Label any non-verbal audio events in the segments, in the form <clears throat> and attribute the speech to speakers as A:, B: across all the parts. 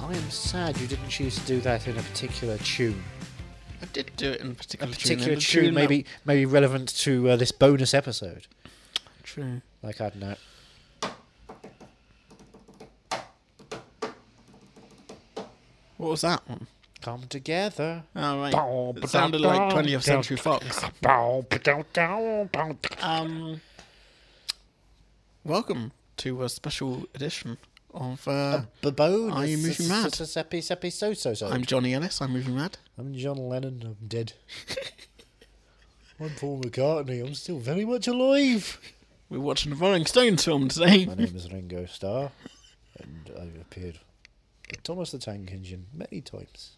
A: I am sad you didn't choose to do that in a particular tune.
B: I did do it in a
A: A
B: particular, um,
A: particular
B: The
A: tune,
B: that-
A: maybe maybe relevant to uh, this bonus episode.
B: True.
A: Like I don't know.
B: What was that one?
A: Come together.
B: Oh,
A: Bow,
B: right. It
A: ba-dum,
B: sounded like
A: bow,
B: 20th
A: dum,
B: Century Fox.
A: Bow, ba-dow, dow, bow.
B: Um, welcome to a special edition of. Uh,
A: The bonus.
B: Are you moving mad?
A: Seppi, seppi, so, so, so.
B: I'm Johnny Ellis. I'm moving mad.
A: I'm John Lennon. I'm
B: <laughs>
A: dead. I'm Paul McCartney. I'm still very much alive.
B: We're watching the Rolling Stones film today.
A: My name is Ringo Starr, and I've appeared in Thomas the Tank Engine many times.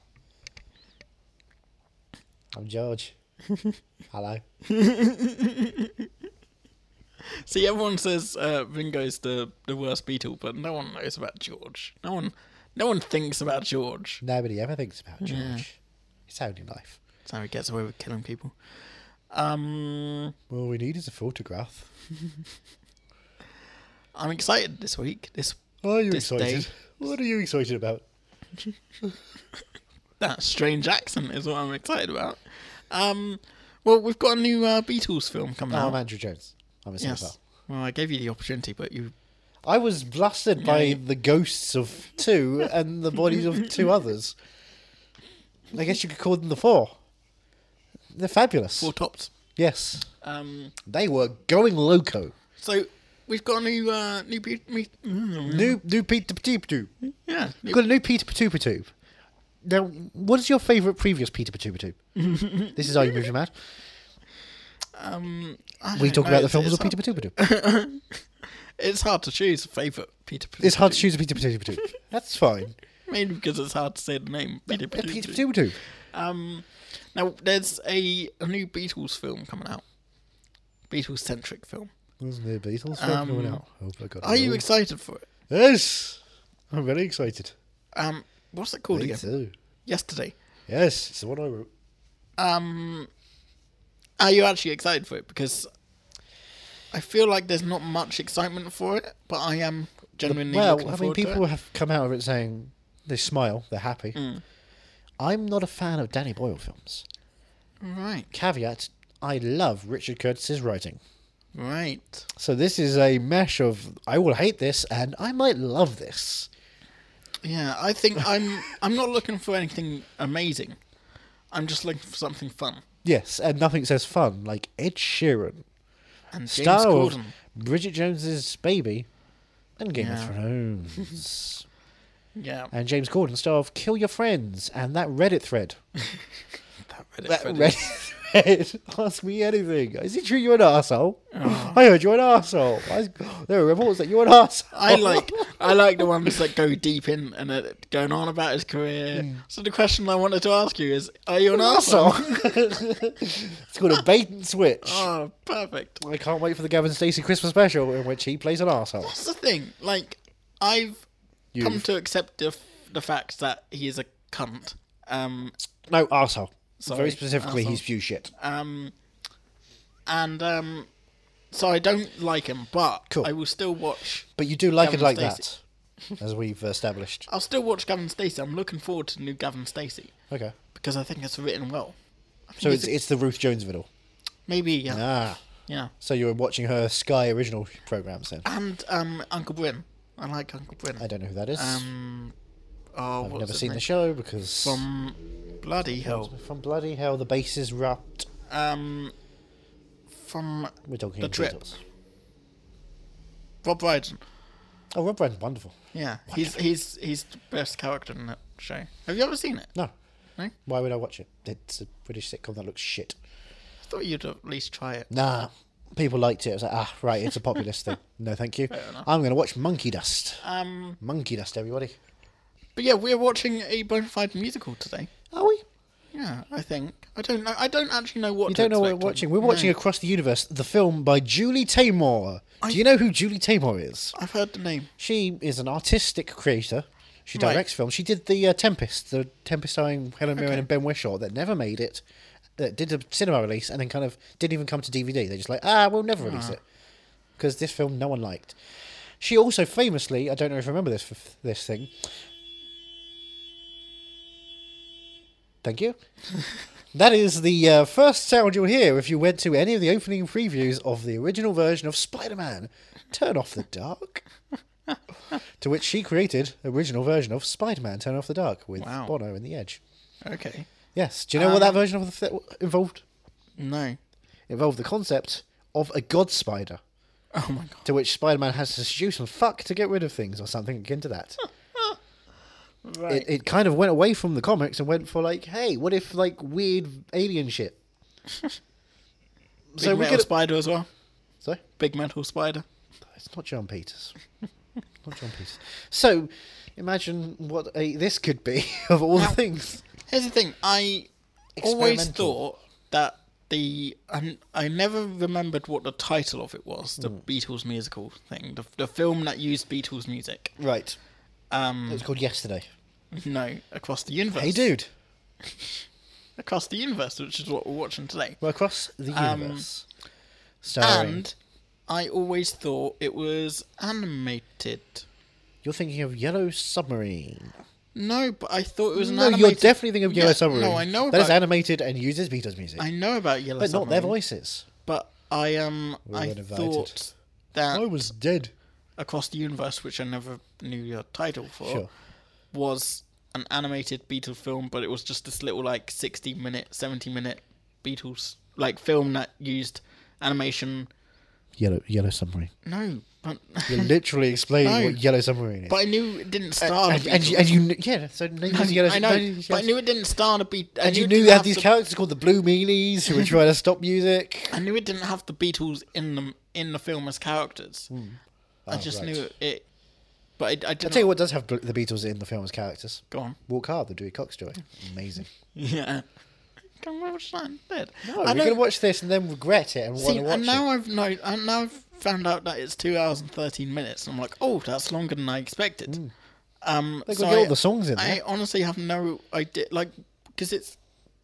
A: I'm
B: <laughs>
A: George. Hello.
B: <laughs> See, everyone says uh, Ringo's the the worst Beatle, but no one knows about George. No one, no one thinks about George.
A: Nobody ever thinks about George. It's only life.
B: That's how he gets away with killing people. Um,
A: All we need is a photograph.
B: I'm excited this week. This
A: Are you
B: This
A: excited?
B: day.
A: What are you excited about?
B: that strange accent is what I'm excited about. Um, well, we've got a new uh, Beatles film coming
A: Oh,
B: out.
A: I'm Andrew Jones. I'm a
B: yes.
A: cinephile.
B: Well, I gave you the opportunity, but you
A: I was blasted by
B: Yeah.
A: the ghosts of two and the bodies of two others. I guess you could call them the four. They're fabulous.
B: four tops.
A: Yes.
B: Um,
A: They were going loco.
B: so we've got a new uh, new Beat. Me- mm,
A: New new Peter Patoopadoop.
B: yeah, new-
A: We've got a new Peter Patoopadoop. Now, what is your favourite previous Peter
B: <laughs>
A: Patoopadoop? this is Are You Moving Mad?
B: um, I
A: We
B: don't
A: talk about
B: know,
A: the
B: it's-
A: films
B: it's
A: of
B: hard-
A: Peter Patoopadoop.
B: It's hard to choose a favourite Peter Pan.
A: It's hard to choose a Peter Patoopadoop. That's fine.
B: Mainly because it's hard to say the name. Peter
A: A
B: Pan. <laughs>
A: Peter Patoopadoop.
B: Um, now, there's a, a new Beatles film coming out. Beatles centric film.
A: Wasn't there Beatles film
B: Um,
A: coming out? Hope I got it
B: Are you
A: all.
B: excited for it?
A: Yes! I'm very excited.
B: Um, what's it called
A: Me
B: again?
A: too.
B: Yesterday.
A: Yes, it's the one I wrote.
B: Um, are you actually excited for it? Because I feel like there's not much excitement for it, but I am genuinely
A: well,
B: looking
A: I mean,
B: forward
A: people
B: to it. Hmm.
A: have come out of it saying they smile, they're happy. I'm not a fan of Danny Boyle films.
B: Right,
A: Caveat: I love Richard Curtis's writing.
B: right.
A: So this is a mesh of I will hate this and I might love this.
B: Yeah,
A: <laughs>
B: I think I'm. I'm not looking for anything amazing. I'm just looking for something fun.
A: Yes, and nothing says fun like Ed Sheeran,
B: And James
A: star of
B: Corden.
A: Bridget Jones's Baby, and Game
B: Yeah.
A: of Thrones, <laughs>
B: Yeah,
A: and James Corden, star of Kill Your Friends, and that Reddit thread.
B: that Reddit.
A: that
B: thread is-
A: red thread. <laughs> Ask me anything. Is it true you're an arsehole? <laughs> I heard you're an arsehole. I, there are reports that you're an arsehole.
B: Oh. I like I like the ones that go deep in and uh, going on about his career. So the question I wanted to ask you is, are you an arsehole?
A: arsehole. <laughs> it's called a bait and switch.
B: Oh, perfect.
A: I can't wait for the Gavin Stacey Christmas special in which he plays an arsehole.
B: That's the thing. Like I've come
A: You've-
B: to accept the, f- the fact that he is a cunt. Um,
A: No, arsehole.
B: Sorry,
A: Very specifically,
B: arsehole.
A: he's pew shit.
B: um, and um, so I don't like him, but
A: Cool.
B: I will still watch.
A: But you do like
B: Gavin
A: it like
B: Stacey.
A: that, as we've established.
B: I'll still watch Gavin Stacey. I'm looking forward to new Gavin Stacey
A: Okay.
B: because I think it's written well. I think
A: So it's, it's the Ruth Jones riddle.
B: maybe yeah,
A: Ah.
B: yeah.
A: So you were watching her Sky original programs then?
B: and um, Uncle Bryn. I like Uncle Bryn.
A: I don't know who that is.
B: Um, oh,
A: I've never seen the show because.
B: From bloody hell.
A: From bloody hell, the base is wrapped.
B: Um, from
A: We're talking
B: The Trip.
A: Beatles.
B: Rob Brydon.
A: Oh, Rob Brydon's wonderful.
B: Yeah, he's he's he's the best character in that show. Have you ever seen it?
A: No,
B: No. I
A: why would I watch it? It's a British sitcom that looks shit.
B: thought you'd at least try it.
A: Nah, people liked it. I was like, ah, right, it's a populist thing. No, thank you.
B: enough.
A: I'm going to watch Monkey Dust.
B: Um,
A: Monkey Dust, everybody.
B: but yeah, we're watching a bona fide musical today.
A: Are we?
B: Yeah, I think I don't know. I don't actually know what
A: You
B: to
A: don't know what
B: expect
A: we're watching.
B: on-
A: We're
B: No.
A: watching Across the Universe, the film by Julie Taymor. Do you know who Julie Taymor is?
B: I've heard the name.
A: She is an artistic creator She
B: Right.
A: directs films. She did the uh, Tempest, the Tempest starring Helen Mirren
B: Okay.
A: and Ben Whishaw that never made it. That did a cinema release and then kind of didn't even come to DVD. They're just like, ah, we'll never release it because this film no one liked. She also famously, I don't know if you remember this f- this thing. Thank you. that is the uh, first sound you'll hear if you went to any of the opening previews of the original version of Spider-Man. Turn off the dark. to which she created the original version of Spider-Man: Turn Off the Dark with
B: Wow.
A: Bono in the Edge.
B: Okay.
A: Yes. Do you know what that version of the th- involved?
B: No.
A: Involved the concept of a god spider.
B: Oh my god.
A: To which Spider Man has to seduce and fuck to get rid of things or something akin to that.
B: Right.
A: it, it kind of went away from the comics and went for like, hey, what if like weird alien
B: <laughs>
A: shit?
B: so
A: so
B: Big
A: we
B: metal
A: could.
B: spider as well.
A: Sorry?
B: Big metal spider.
A: It's not John Peters. <laughs> not John Peters. So imagine what a, this could be <laughs> of all the
B: Now-
A: things.
B: Here's the thing. I always
A: Experimental.
B: thought that the I, I never remembered what the title of it was.
A: Hmm.
B: The Beatles musical thing. The, the film that used Beatles music.
A: Right. It
B: Um,
A: was called Yesterday.
B: no, across the universe.
A: Hey, dude.
B: Across the universe, which is what we're watching today.
A: We're across the
B: Um,
A: universe. Starring.
B: And I always thought it was animated.
A: You're thinking of Yellow Submarine.
B: No, but I thought it was an
A: No,
B: animated.
A: you're definitely thinking of Yellow
B: Yeah,
A: Submarine.
B: No, I know
A: That is
B: about-
A: animated and uses Beatles music.
B: I know about Yellow
A: but not
B: Submarine.
A: their voices.
B: But I um I
A: weren't invited.
B: thought that
A: was dead.
B: across the universe, which I never knew your title for,
A: Sure.
B: was an animated Beatles film, but it was just this little like sixty minute, seventy minute Beatles like film that used animation.
A: Yellow Yellow Submarine.
B: No, but
A: You're literally explaining
B: No.
A: what Yellow Submarine is.
B: <laughs> but I knew it didn't star
A: Uh, and,
B: the
A: and, you,
B: Beatles.
A: and you kn- yeah, so name is Yellow
B: I
A: Sub-
B: know,
A: name is
B: but I
A: Yellow
B: knew it didn't star the Beatles.
A: Sub- and you knew they had these characters called the Blue Meanies
B: <laughs>
A: who were trying to stop music.
B: I knew it didn't have the Beatles in them in the film as characters. I
A: Ah,
B: just
A: right.
B: knew it, but I, I
A: I'll
B: didn't.
A: tell you what does have bl- the Beatles in the film as characters.
B: <laughs> Go on.
A: Walk Hard, the Dewey Cox
B: <laughs>
A: Joy. Amazing.
B: Yeah. Can we watch that instead?
A: No,
B: I
A: you're going to
B: don't-
A: watch this and then regret it and want
B: See,
A: to watch
B: and now
A: it.
B: I've no, and now I've found out that it's two hours and thirteen minutes. I'm like, oh, that's longer than I expected.
A: Hmm.
B: Um,
A: They've
B: so
A: got all
B: I-
A: the songs in
B: I
A: there.
B: honestly have no idea, like, because it's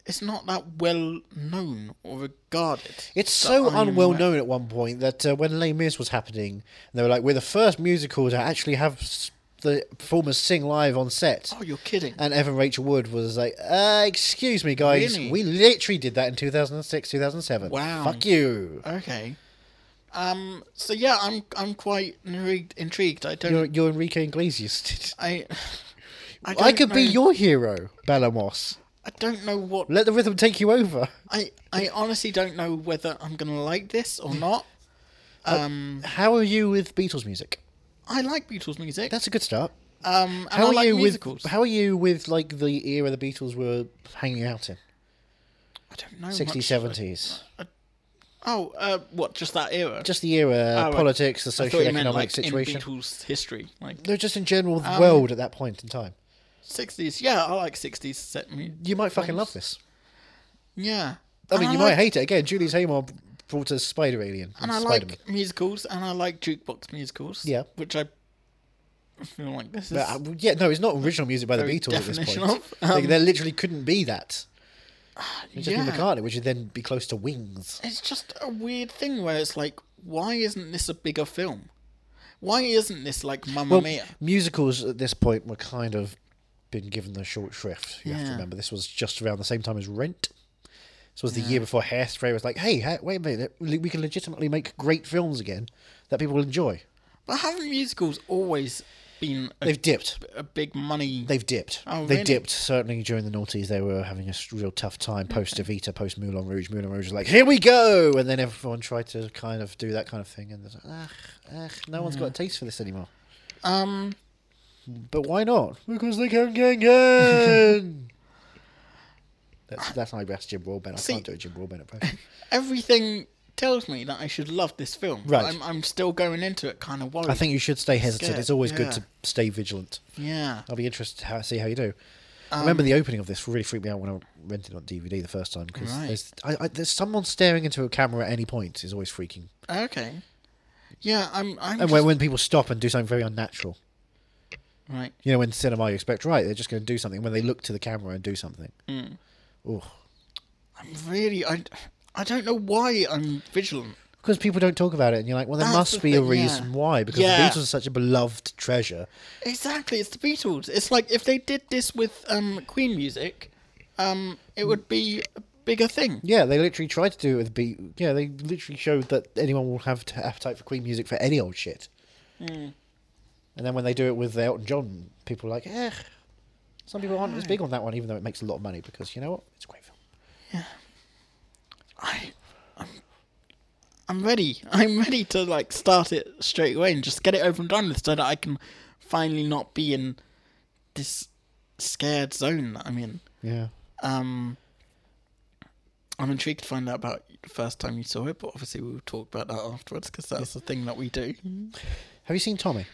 B: it's not that well known or regarded.
A: It's
B: that
A: so
B: I'm
A: unwell
B: aware-
A: known at one point that uh, when Les Mis was happening, they were like, we're the first musical to actually have s- the performers sing live on set.
B: Oh, you're kidding!
A: And Evan Rachel Wood was like, uh, excuse me, guys.
B: Really?
A: We literally did that in 2006, 2007.
B: Wow.
A: Fuck you.
B: okay. Um. So yeah, I'm I'm quite intrigued. intrigued. I don't.
A: You're, you're Enrique Iglesias. <laughs>
B: I. I,
A: I
B: don't
A: could be
B: know-
A: your hero, Balamos.
B: I don't know what
A: Let the rhythm take you over.
B: I I honestly don't know whether I'm gonna like this
A: Mm.
B: or not.
A: Uh,
B: Um,
A: How are you with Beatles music?
B: I like Beatles music.
A: That's a good start.
B: Um, and
A: How
B: I
A: are
B: like
A: you
B: musicals.
A: with How are you with like the era the Beatles were hanging out in?
B: I don't know.
A: 60s,
B: much.
A: 70s.
B: Oh, uh, what? Just that era.
A: Just the era,
B: Oh, right.
A: politics, the
B: I thought you
A: socio-economic
B: meant like
A: situation.
B: in Um, Beatles history, like
A: No, just in general, the world at that point in time.
B: 60s. Yeah, I like 60s set mu-
A: You might fucking
B: songs.
A: love this.
B: Yeah.
A: I mean,
B: And
A: you
B: like-
A: might hate it. Again, Julius Haymore brought us Spider Alien and,
B: And I
A: Spider Man.
B: like musicals, and I like jukebox musicals.
A: Yeah.
B: Which I feel like this is.
A: But, uh, yeah, no, it's not original music by the
B: Very
A: Beatles at this point.
B: definition of, um,
A: like, there literally couldn't be that. It'd just be
B: yeah.
A: McCartney, which would then be close to Wings.
B: It's just a weird thing where it's like, why isn't this a bigger film? Why isn't this like Mamma
A: Well,
B: Mia?
A: musicals at this point were kind of been given the short shrift. You have to
B: Yeah.
A: remember this was just around the same time as Rent. This was the year before Hairspray was like, hey, ha- wait a minute, le- we can legitimately make great films again that people will enjoy.
B: But haven't musicals always been a,
A: They've dipped.
B: a big money?
A: They've dipped.
B: Uh, Oh,
A: they
B: really?
A: dipped. Certainly during the noughties, they were having a s- real tough time post Evita, post Moulin Rouge. Moulin Rouge was like, here we go! And then everyone tried to kind of do that kind of thing. And there's, ah, ah, no one's got a taste for this anymore.
B: um,
A: But why not? Because they can gang <laughs> gang! that's, that's my best Jim Broadbent. I
B: See-
A: can't do a Jim Broadbent impression.
B: everything tells me that I should love this film. but
A: Right.
B: I'm, I'm still going into it kind of
A: <laughs>
B: worried.
A: I think you should stay hesitant.
B: Scared,
A: It's always good
B: yeah.
A: to stay vigilant.
B: Yeah.
A: I'll be interested to how, see how you do. I remember the opening of this really freaked me out when I rented it on DVD the first time because
B: Right.
A: there's, I, I, there's someone staring into a camera at any point is always freaking.
B: Okay. Yeah, I'm.
A: And
B: I'm just, Uh,
A: when, when people stop and do something very unnatural,
B: Right.
A: You know, in cinema, you expect right, they're just going to do something when they look to the camera and do something. Ooh.
B: I'm really. I. I don't know why I'm vigilant.
A: Because people don't talk about it, and you're like, well, there
B: That's
A: must
B: the
A: be a
B: thing, yeah.
A: reason why, because
B: Yeah.
A: the Beatles are such a beloved treasure.
B: Exactly, it's the Beatles. It's like if they did this with um, Queen music, um, it would be a bigger thing.
A: Yeah, they literally tried to do it with Beat. Yeah, they literally showed that anyone will have t- appetite for Queen music for any old shit.
B: Hmm.
A: And then when they do it with Elton John, people are like, eh. Some people aren't as
B: Hmm.
A: big on that one, even though it makes a lot of money, because you know what? It's a great film.
B: I, I'm, I'm ready. <laughs> I'm ready to like start it straight away and just get it over and done with, so that I can finally not be in this scared zone that I'm in.
A: Yeah.
B: Um, I'm intrigued to find out about the first time you saw it, but obviously we'll talk about that afterwards because that's the thing that we do.
A: Have you seen Tommy?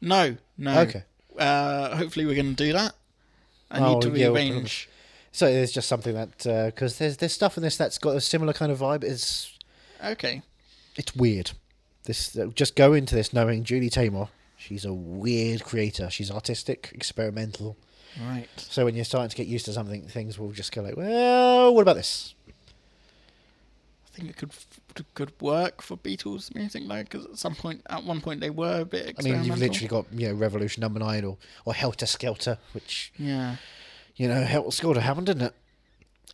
B: No, no.
A: Okay.
B: Uh, hopefully we're going to do that. I
A: Oh,
B: need to
A: yeah, we'll put it on
B: rearrange.
A: So there's just something that because there's there's stuff in this that's got a similar kind of vibe. It's
B: okay.
A: it's weird. This uh, just go into this knowing Julie Taymor. She's a weird creator. She's artistic, experimental.
B: Right.
A: So when you're starting to get used to something, things will just go like, well, what about this?
B: I think it could f- could work for Beatles music, though, because at some point, at one point, they were a bit
A: I mean,
B: experimental.
A: you've literally got you know Revolution Number Nine or or Helter Skelter, which
B: Yeah.
A: you know Helter Skelter happened, didn't it?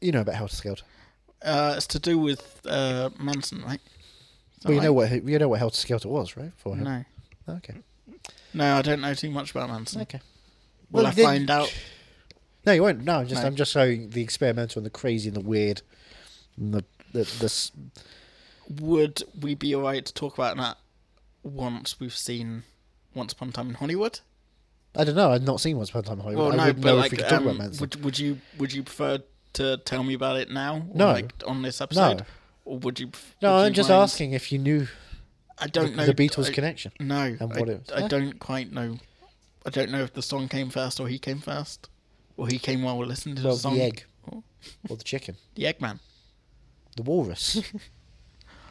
A: You know about Helter Skelter.
B: Uh, it's to do with uh, Manson, right? Is that
A: Well, you know
B: right?
A: what you know what Helter Skelter was, right? For him.
B: No.
A: Okay.
B: No, I don't know too much about Manson.
A: Okay.
B: Will
A: Well,
B: I
A: then-
B: find out?
A: No, you won't. No, I'm just
B: No.
A: I'm just showing the experimental and the crazy and the weird, and the the, the s-
B: Would we be alright to talk about that once we've seen Once Upon a Time in Hollywood?
A: I don't know. I've not seen Once Upon a Time in Hollywood.
B: Well,
A: I
B: no,
A: wouldn't
B: but
A: know
B: like,
A: if we could talk
B: um,
A: about Manson.
B: would would you would you prefer to tell me about it now? Or
A: No.
B: like on this episode,
A: No.
B: or would you? pref-
A: no,
B: would
A: I'm
B: you
A: just
B: mind-
A: asking if you knew
B: I don't know
A: the Beatles
B: I,
A: connection.
B: No,
A: and
B: I,
A: what it was.
B: I
A: Yeah.
B: don't quite know. I don't know if the song came first or he came first, or he came while we listened to
A: Well,
B: the
A: the
B: song.
A: egg.
B: Oh,
A: or the chicken,
B: the Eggman.
A: the walrus, <laughs>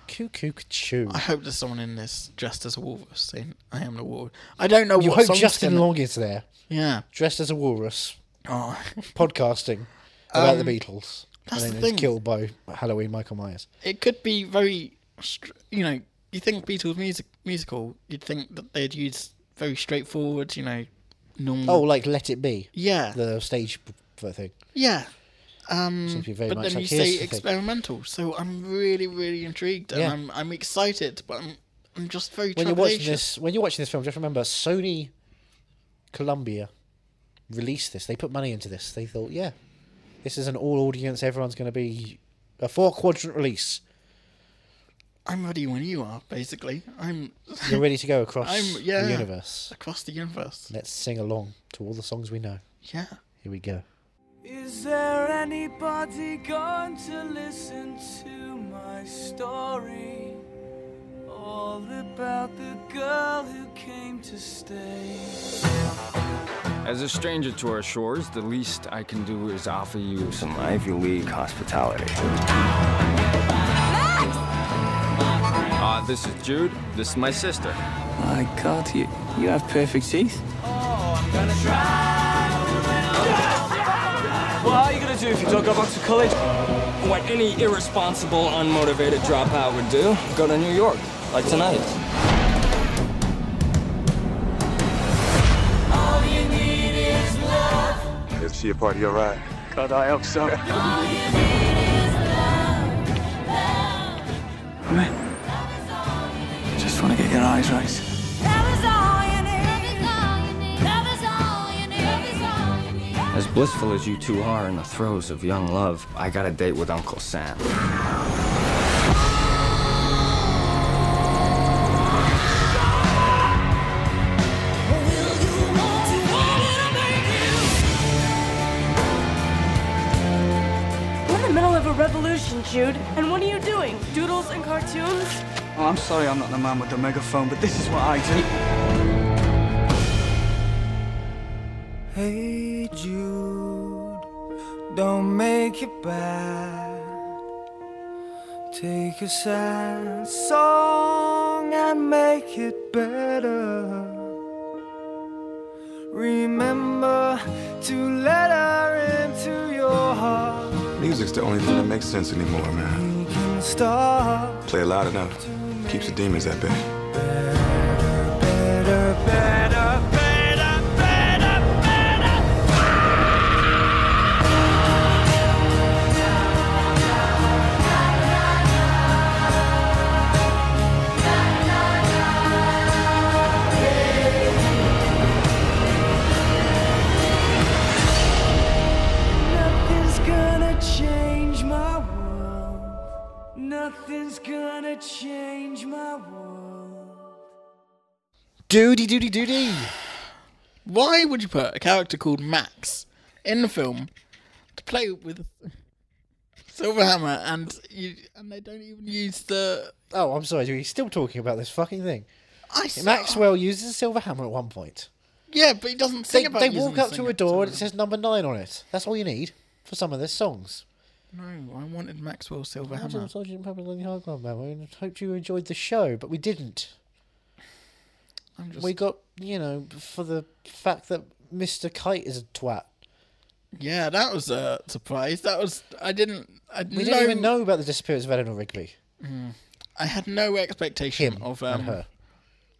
A: cuckoo, choo.
B: I hope there's someone in this dressed as a walrus saying, "I am the walrus." I don't know
A: You
B: what
A: hope
B: song's
A: Justin
B: gonna-
A: Long is there,
B: Yeah.
A: dressed as a walrus,
B: Oh,
A: podcasting about the Beatles,
B: Um, that's
A: and then
B: the
A: is
B: thing.
A: killed by Halloween Michael Myers.
B: it could be very, str- you know, you think Beatles music musical, you'd think that they'd use very straightforward, you know, normal.
A: Oh, like Let It Be,
B: yeah,
A: the stage p- p- thing.
B: yeah. Um,
A: Seems to be very
B: but
A: much
B: then
A: like
B: you
A: here's
B: say
A: the thing.
B: experimental, so I'm really, really intrigued, and
A: Yeah.
B: I'm, I'm excited, but I'm, I'm just very.
A: when you're watching
B: trepidatious.
A: this when you're watching this film just remember sony columbia released this they put money into this they thought yeah this is an all audience everyone's going to be a four quadrant release
B: I'm ready when you are. Basically, I'm <laughs>
A: you're ready to go across
B: I'm- yeah.
A: the universe
B: across the universe.
A: let's sing along to all the songs we know
B: Yeah.
A: here we go
C: Is there anybody going to listen to my story? All about the girl who came to stay.
D: As a stranger to our shores, the least I can do is offer you some
E: Ivy League hospitality.
D: Uh, this is Jude. This is my sister.
C: My God, you, you have perfect teeth.
E: What are you gonna do if you don't go back to college? What any irresponsible, unmotivated dropout would do, go to New York, like tonight.
F: Let's see a part of your ride.
E: God, I hope so.
C: Just want to get your eyes right.
D: As
G: As
D: blissful as you two are in the throes of young love, I got a date with Uncle Sam.
H: We're in the middle of a revolution, Jude. And what are you doing? Doodles and cartoons?
E: Oh, I'm sorry I'm not the man with the megaphone, but this is what I do.
C: Hey Jude, don't make it bad. Take a sad song and make it better. Remember to let her into your heart.
F: Music's the only thing that makes sense anymore, man.
C: You can start
F: Play loud enough, keeps the demons at bay.
C: better, better, better, better, better. Nothing's gonna change my world. Nothing's gonna change my world.
A: Doody doody doody.
B: Why would you put a character called Max in the film to play with Silverhammer and you and they don't even use the
A: Oh, I'm sorry. We're still talking about this fucking thing.
B: I saw-
A: Maxwell uses a silver hammer at one point.
B: Yeah, but he doesn't sing
A: They,
B: about
A: they
B: using
A: walk
B: the
A: up to
B: singer.
A: a door and it says number nine on it. That's all you need for some of their songs.
B: No, I wanted Maxwell
A: Imagine
B: Silverhammer.
A: Sergeant Pepper's Lonely Hearts Club Band. We hoped you enjoyed the show, but we didn't.
B: I'm just
A: We got, you know, for the fact that Mr. Kite is a twat.
B: Yeah, that was a surprise. That was I didn't I
A: We didn't even know about the disappearance of Eleanor Rigby.
B: I had no expectation
A: Him
B: of
A: and
B: um
A: her.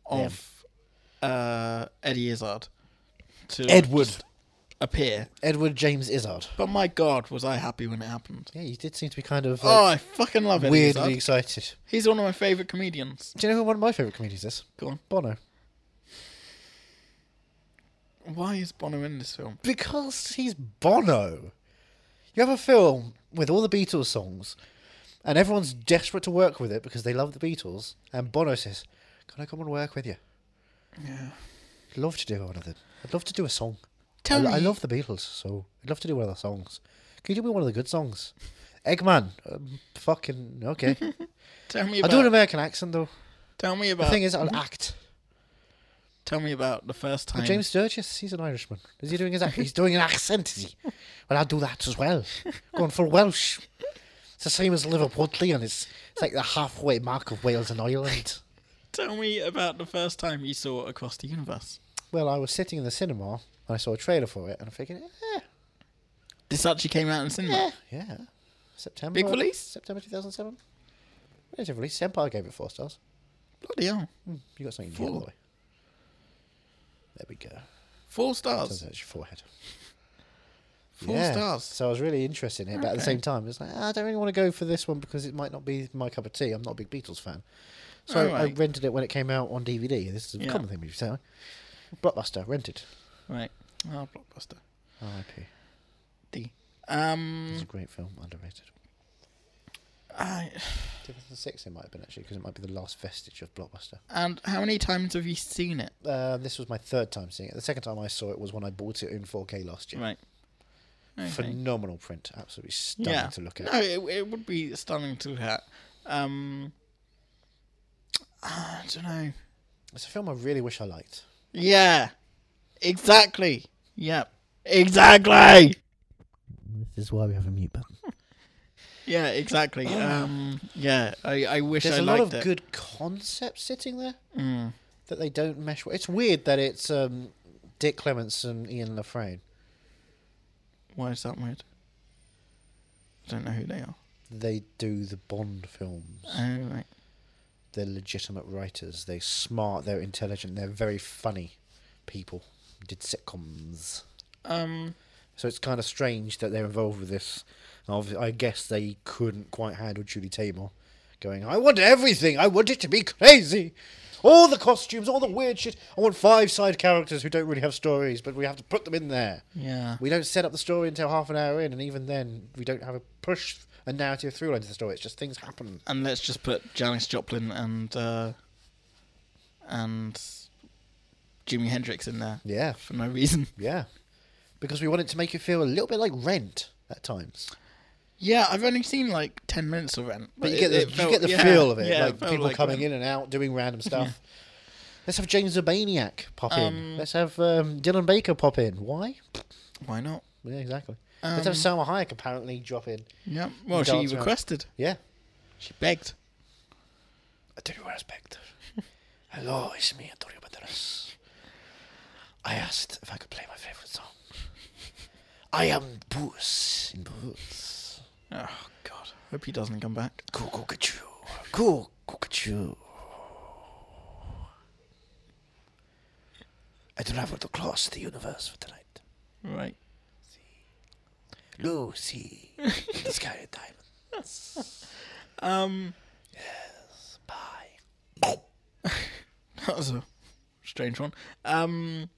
B: of uh Eddie Izzard to
A: Edward.
B: just appear.
A: Edward James Izzard.
B: But my god, was I happy when it happened.
A: Yeah, you did seem to be kind of
B: Oh,
A: like,
B: I fucking love Eddie
A: weirdly
B: Izzard.
A: excited.
B: He's one of my favourite comedians.
A: Do you know who one of my favourite comedians is?
B: Go on.
A: Bono.
B: Why is Bono in this film?
A: Because he's Bono. You have a film with all the Beatles songs, and everyone's desperate to work with it because they love the Beatles, and Bono says, Can I come and work with you?
B: Yeah.
A: I'd love to do one of them. I'd love to do a song. I,
B: Tell
A: I
B: me-
A: love the Beatles, so I'd love to do one of the songs. Can you do me one of the good songs? Eggman. Um, fucking, okay.
B: Tell me
A: I
B: about.
A: do an American accent, though.
B: tell me
A: The
B: about.
A: thing is, I'll act.
B: tell me about the first time.
A: James Sturgis, he's an Irishman. Is he doing his
B: <laughs>
A: accent? He's doing an accent, is he? Well, I'll do that as well. Going for Welsh. It's the same as Liverpudlian. It's, it's like the halfway mark of Wales and Ireland.
B: Tell me about the first time you saw Across the Universe.
A: Well, I was sitting in the cinema and I saw a trailer for it and I'm thinking, eh,
B: This actually came out in cinema.
A: yeah. September.
B: Big release?
A: September 2007. Relative release. Empire gave it four stars.
B: Bloody hell!
A: You got something new, by
B: Four.
A: the way. There we go.
B: Four
A: Turns
B: stars.
A: out it's your forehead.
B: Four stars.
A: So I was really interested in it, but at the same time, it's like "Ah, I don't really want to go for this one because it might not be my cup of tea. I'm not a big Beatles fan, so I
B: Alright.
A: rented it when it came out on DVD. This is a
B: Yeah.
A: common thing we say. Blockbuster rented.
B: Right. Oh, blockbuster.
A: R.I.P.
B: D.
A: It's
B: Um.
A: a great film, underrated.
B: I,
A: 2006 it might have been actually because it might be the last vestige of Blockbuster.
B: and how many times have you seen it?
A: Um, this was my third time seeing it. The second time I saw it was when I bought it in 4K last year.
B: Right. Okay.
A: Phenomenal print, absolutely stunning to look at.
B: No, it, it would be stunning to look at. Um, I don't know.
A: It's a film I really wish I liked.
B: Yeah, exactly. Yep, exactly.
A: This is why we have a mute button. <sighs>
B: Yeah, exactly. Um, yeah, I, I wish
A: There's
B: I
A: a lot
B: liked
A: of
B: it.
A: good concepts sitting there that they don't mesh with. It's weird that it's um, Dick Clements and Ian LaFrane.
B: Why is that weird? I don't know who they are.
A: They do the Bond films.
B: Oh, right.
A: They're legitimate writers. They're smart. They're intelligent. They're very funny people. Did sitcoms.
B: Um,
A: So it's kind of strange that they're involved with this. And obvi- I guess they couldn't quite handle Julie Taymor going, I want everything. I want it to be crazy. All the costumes, all the weird shit. I want five side characters who don't really have stories, but we have to put them in there.
B: yeah.
A: We don't set up the story until half an hour in, and even then, we don't have a push a narrative through line to the story. It's just things happen.
B: and let's just put Janis Joplin and uh, and Jimi Hendrix in there
A: Yeah,
B: for no reason.
A: yeah. Because we wanted to make it feel a little bit like Rent at times.
B: Yeah, I've only seen like ten minutes of Rent,
A: But you
B: it-
A: get the,
B: it felt-
A: you get the
B: yeah,
A: feel of it,
B: yeah,
A: like
B: felt
A: people
B: like
A: coming
B: Rent.
A: in and out, doing random stuff. Let's have James Urbaniak pop in. Let's have um, Dylan Baker pop in. Why?
B: Why not?
A: Yeah, exactly. Let's have Salma Hayek apparently drop in.
B: Yeah. Well, she
A: Dance around.
B: requested.
A: Yeah.
B: She begged.
A: Antonio Banderas. Hello, it's me, Antonio Banderas. I asked if I could play my favorite song. I am Bruce in Bruce.
B: Oh God. Hope he doesn't come back.
A: Cool Cuckoo. Cool Cuckoo. I don't have to close the universe for tonight.
B: Right.
A: Lucy, the sky of diamonds.
B: Um.
A: Yes, bye.
B: <laughs> That was a strange one. Um.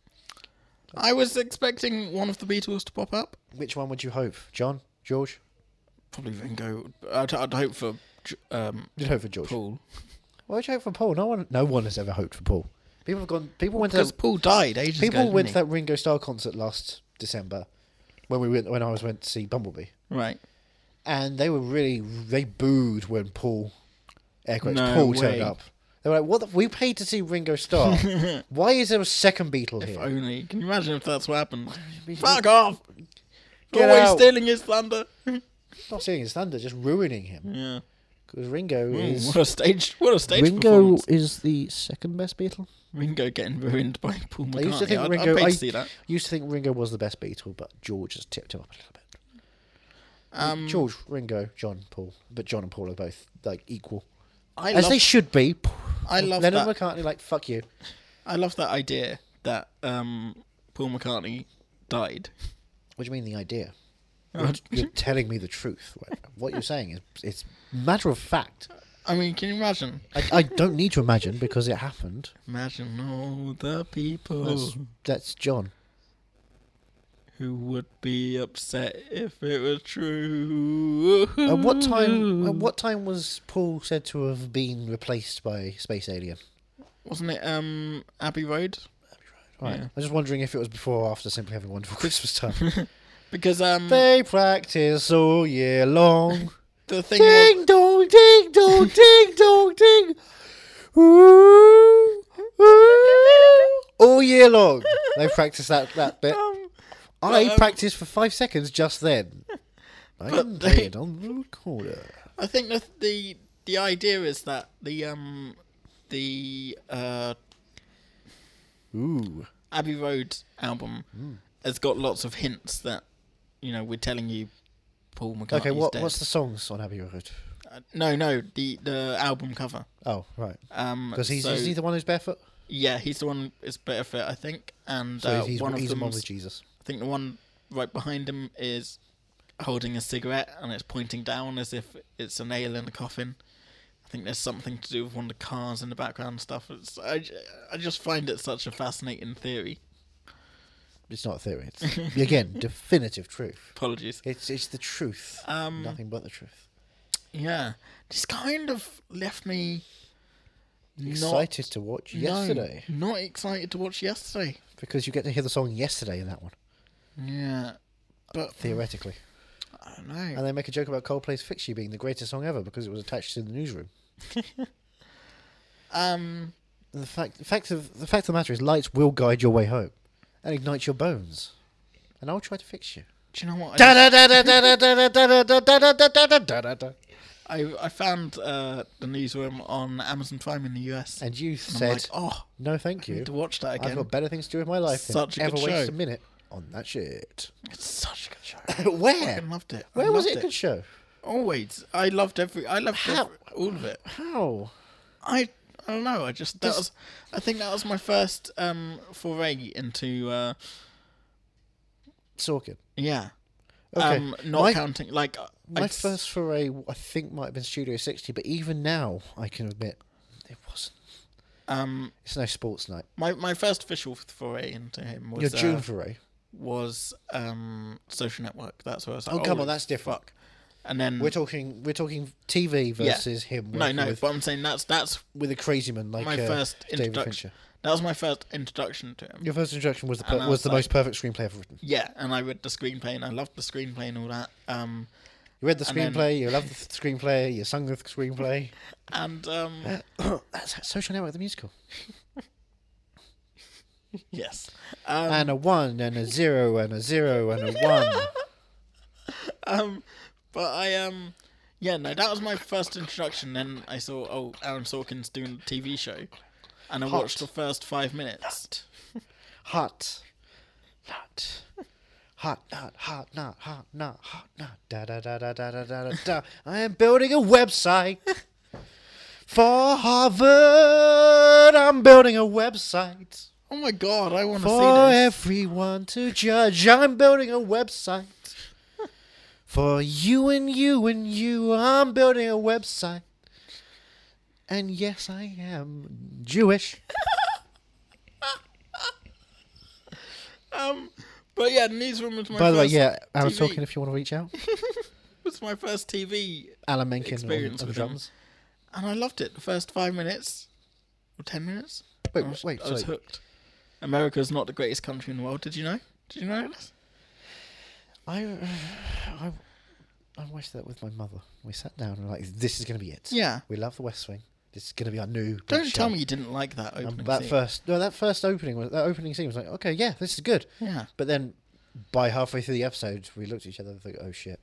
B: I was expecting one of the Beatles to pop up.
A: Which one would you hope? John? George?
B: Probably Van Gogh. I'd, I'd hope for J- um,
A: You'd hope for George.
B: Paul.
A: Why would you hope for Paul? No one, no one has ever hoped for Paul. People have gone. People went to
B: Because
A: that,
B: Paul died ages ago.
A: people
B: didn't
A: went
B: he?
A: to that Ringo Starr concert last December when we went when I was went to see Bumblebee,
B: Right.
A: and they were really they booed when Paul, air quotes,
B: No
A: Paul
B: way.
A: turned up. They were like, "What? The, we paid to see Ringo
B: <laughs>
A: Starr. Why is there a second Beatle here?
B: Only. Can you imagine if that's what
A: <laughs>
B: happened? Fuck off!
A: Get
B: Always
A: out.
B: stealing his thunder.
A: Not seeing his thunder, just ruining him.
B: yeah.
A: Because Ringo is
B: <laughs> What a stage! What a stage
A: Ringo
B: performance.
A: is the second best Beatle.
B: Ringo getting ruined by Paul McCartney.
A: I used to think
B: I'd,
A: Ringo.
B: I'd pay
A: I
B: to see that.
A: used to think Ringo was the best Beatle, but George has tipped him up a little bit.
B: Um,
A: George, Ringo, John, Paul, but John and Paul are both like equal,
B: I
A: as
B: love,
A: they should be.
B: I love
A: Lennon
B: that.
A: McCartney. Like fuck you.
B: I love that idea that um, Paul McCartney died.
A: What do you mean the idea? Oh. You're telling me the truth. Right? What you're saying is it's matter of fact.
B: I mean, can you imagine?
A: I, I don't need to imagine because it happened.
B: Imagine all the people
A: That's, that's John.
B: who would be upset if it were true.
A: At what time? At what time was Paul said to have been replaced by space alien?
B: Wasn't it um, Abbey Road?
A: Right. I was just wondering if it was before or after simply having a wonderful Christmas time. <laughs>
B: Because um,
A: they practice all year long.
B: the thing was,
A: ding dong, ding dong, ding dong, ding. Ooh, ooh. All year long, they practice that that bit. I practiced for five seconds just then. I'm
B: they-
A: playing on the recorder.
B: I think the the the idea is that the um the uh
A: Ooh,
B: Abbey Road album
A: Hmm.
B: has got lots of hints that you know we're telling you Paul McCartney's
A: okay. What
B: dead.
A: what's the songs on Abbey Road?
B: Uh, no no the the album cover
A: Oh, right.
B: um
A: Because he's
B: so-
A: is he the one who's barefoot?
B: yeah he's the one is better fit I think and
A: So
B: uh,
A: he's
B: one
A: he's
B: of
A: a
B: them
A: mom with Jesus.
B: I think the one right behind him is holding a cigarette and it's pointing down as if it's a nail in a coffin. I think there's something to do with one of the cars in the background and stuff. It's, I, j- I just find it such a fascinating theory.
A: It's not a theory. It's again definitive truth.
B: Apologies.
A: It's it's the truth.
B: Um,
A: Nothing but the truth.
B: Yeah, this kind of left me not-
A: Excited to watch
B: no,
A: yesterday
B: not excited to watch yesterday.
A: because you get to hear the song yesterday in that one
B: Mm. Yeah, but
A: theoretically,
B: I don't know.
A: and they make a joke about Coldplay's "Fix You" being the greatest song ever because it was attached to the newsroom.
B: Um,
A: And the fact the fact of the fact of the matter is, lights will guide your way home and ignite your bones, and I'll try to fix
B: <laughs>
A: you.
B: do you know what? I
A: Da da da da da da da da da da da da da da da da da.
B: I, I found uh, the newsroom on Amazon Prime in the US.
A: And you
B: I'm
A: said,
B: like, oh,
A: "No, thank
B: I
A: you."
B: need to watch that
A: I've
B: again.
A: got better things to do with my life
B: Such a
A: than ever
B: good
A: waste
B: show.
A: a minute on that
B: <laughs>
A: shit.
B: It's such a good show.
A: Where?
B: fucking loved it. I
A: Where was
B: loved
A: it a good show?
B: Always. I loved every. I loved
A: How-
B: every, all of it.
A: How?
B: I. I don't know. I just that was. I think that was my first um foray into. uh
A: Sorkin.
B: Yeah.
A: Okay.
B: Um, not
A: my
B: counting like I-
A: my
B: I s-
A: first foray, I think, might have been Studio 60, but even now, I can admit, it wasn't.
B: um
A: It's no sports night.
B: my my first official foray into him was
A: Your June
B: uh,
A: foray.
B: was um social network. That's where I was like,
A: Oh, come on, that's
B: fuck.
A: different.
B: And then
A: We're talking. We're talking TV
B: yeah.
A: versus him.
B: No,
A: working
B: no.
A: With,
B: But I'm saying that's that's
A: with a crazy man like
B: my
A: uh,
B: first
A: David
B: introduction.
A: Fincher.
B: That was my first introduction to him.
A: Your first introduction was the
B: And I
A: per-
B: was
A: was the most perfect screenplay ever written.
B: Yeah, and I read the screenplay and I loved the screenplay and all that. Um,
A: You read the
B: and then-
A: screenplay. you loved the screenplay. You sung the
B: <coughs>
A: screenplay.
B: and
A: <laughs>
B: um,
A: That's Social Network the musical.
B: yes, um,
A: and a one and a zero and a zero and a one.
B: <laughs> um, but I um, yeah, no, that was my first introduction. Then I saw oh, Aaron Sorkin's doing a TV show, and I watched the first five minutes.
A: hot, not. Hot, not, hot, not, hot, not, hot, not. Da da da da da da da da. da. I am building a website for Harvard. I'm building a website
B: Oh my god, I want to
A: for
B: see this.
A: everyone to judge. I'm building a website for you and you and you. I'm building a website, and yes, I am Jewish.
B: But yeah, Newsroom was my
A: By the way,
B: first
A: yeah, I was
B: TV
A: talking. If you want to reach out,
B: was my first TV,
A: Alan Menken on,
B: Experience
A: on
B: with
A: drums.
B: and I loved it. The first five minutes or ten minutes,
A: Wait,
B: I was,
A: wait,
B: Oh, I was
A: sorry.
B: hooked. America's not the greatest country in the world. Did you know? Did you know this?
A: I, <sighs> I, I watched that with my mother. We sat down and like, this is going to be it.
B: Yeah.
A: we love The West Wing. This is going to be our new. big
B: Don't tell
A: show.
B: me you didn't like that opening.
A: Um, that
B: scene.
A: first, no, that first opening was that opening scene was like, okay, yeah, this is good.
B: Yeah.
A: But then, by halfway through the episode, we looked at each other and thought, oh shit,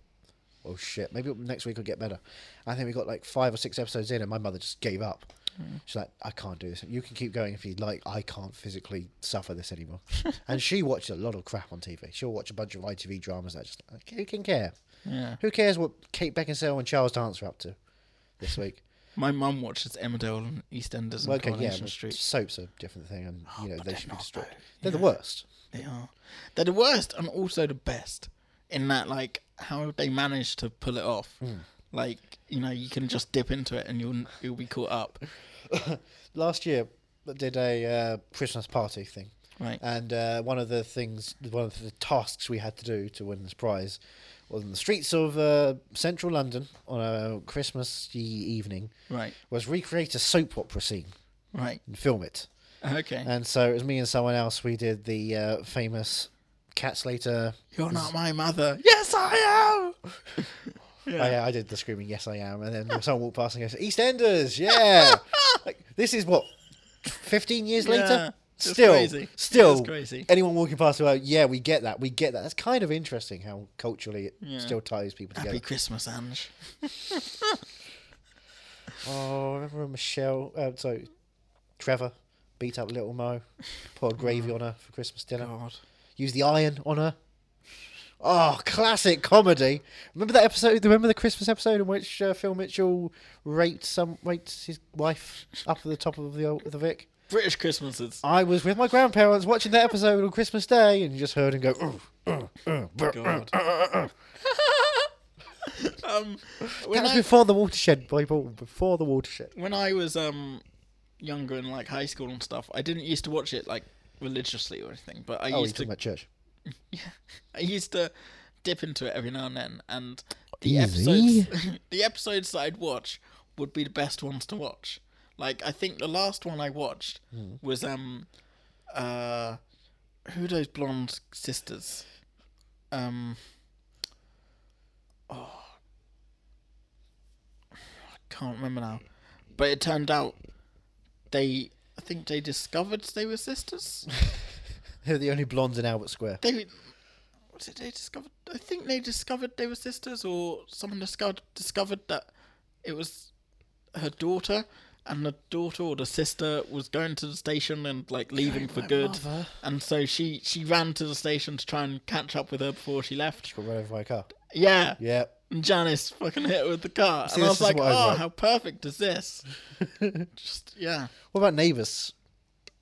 A: oh shit, maybe next week will get better. I think we got like five or six episodes in, and my mother just gave up.
B: Mm.
A: She's like, I can't do this. You can keep going if you like. I can't physically suffer this
B: <laughs>
A: anymore. and she watched a lot of crap on TV. She'll watch a bunch of ITV dramas that just like, who can care?
B: Yeah.
A: Who cares what Kate Beckinsale and Charles Dance are up to this week?
B: My mum watches Emmerdale and EastEnders and
A: Well, okay, yeah,
B: Coronation
A: but
B: Street.
A: soaps are a different thing, and you know
B: Oh, but
A: they
B: they're
A: should be
B: not,
A: destroyed.
B: though.
A: They're the worst.
B: They are. They're the worst and also the best in that, like, how they manage to pull it off.
A: Hmm.
B: Like, you know, you can just dip into it and you'll you'll be caught up.
A: Last year, I did a uh, Christmas party thing,
B: Right.
A: and uh, one of the things, one of the tasks we had to do to win this prize, was on the streets of uh, central London on a Christmas e-, evening,
B: Right.
A: was recreate a soap opera scene
B: Right.
A: and film it.
B: Okay.
A: And so it was me and someone else. We did the uh, famous Cat Slater
B: You're not my mother. Yes, I am.
A: Oh, yeah, I did the screaming, yes, I am. And then <laughs> someone walked past and goes, EastEnders,
B: <laughs>
A: yeah. like, this is what, 15 years
B: Yeah,
A: later?
B: it's
A: Still,
B: crazy. Yeah, it's
A: still,
B: crazy.
A: anyone walking past, well, yeah, we get that, we get that. That's kind of interesting how culturally it still ties people
B: Happy
A: together.
B: Christmas, Ange.
A: Oh, I remember when Michelle, uh, sorry, Trevor beat up little Mo, poured gravy on her for Christmas dinner,
B: Oh. God.
A: used the iron on her. Oh, classic comedy! Remember that episode? Remember the Christmas episode in which uh, Phil Mitchell raped some raped his wife up at the top of the old, the Vic.
B: British Christmases.
A: I was with my grandparents watching that episode on Christmas Day, and you just heard him go. "Ugh, ugh, ugh, brr,
B: God.
A: ugh, ugh, ugh."
B: Um,
A: That
B: when
A: was
B: I
A: before the watershed, people. Before the watershed.
B: when I was um younger and like high school and stuff, I didn't used to watch it like religiously or anything, but I
A: Oh, you're
B: used
A: talking
B: to
A: about church.
B: I used to dip into it every now and then, and the
A: Easy.
B: episodes <laughs> the episodes that I'd watch would be the best ones to watch. Like I think the last one I watched was um uh who are those blonde sisters um oh I can't remember now, but it turned out they I think they discovered they were sisters.
A: They're the only blondes in Albert Square.
B: They what did they discover? I think they discovered they were sisters, or someone discovered discovered that it was her daughter, and the daughter or the sister was going to the station and like leaving for good, and so she she ran to the station to try and catch up with her before she left.
A: Got run over by a car.
B: Yeah,
A: Yeah.
B: and Janice fucking hit her with the car,
A: See,
B: and I
A: this
B: was
A: is
B: like,
A: what I
B: oh,
A: wrote."
B: how perfect is this?
A: <laughs>
B: Just yeah,
A: What about Neighbours?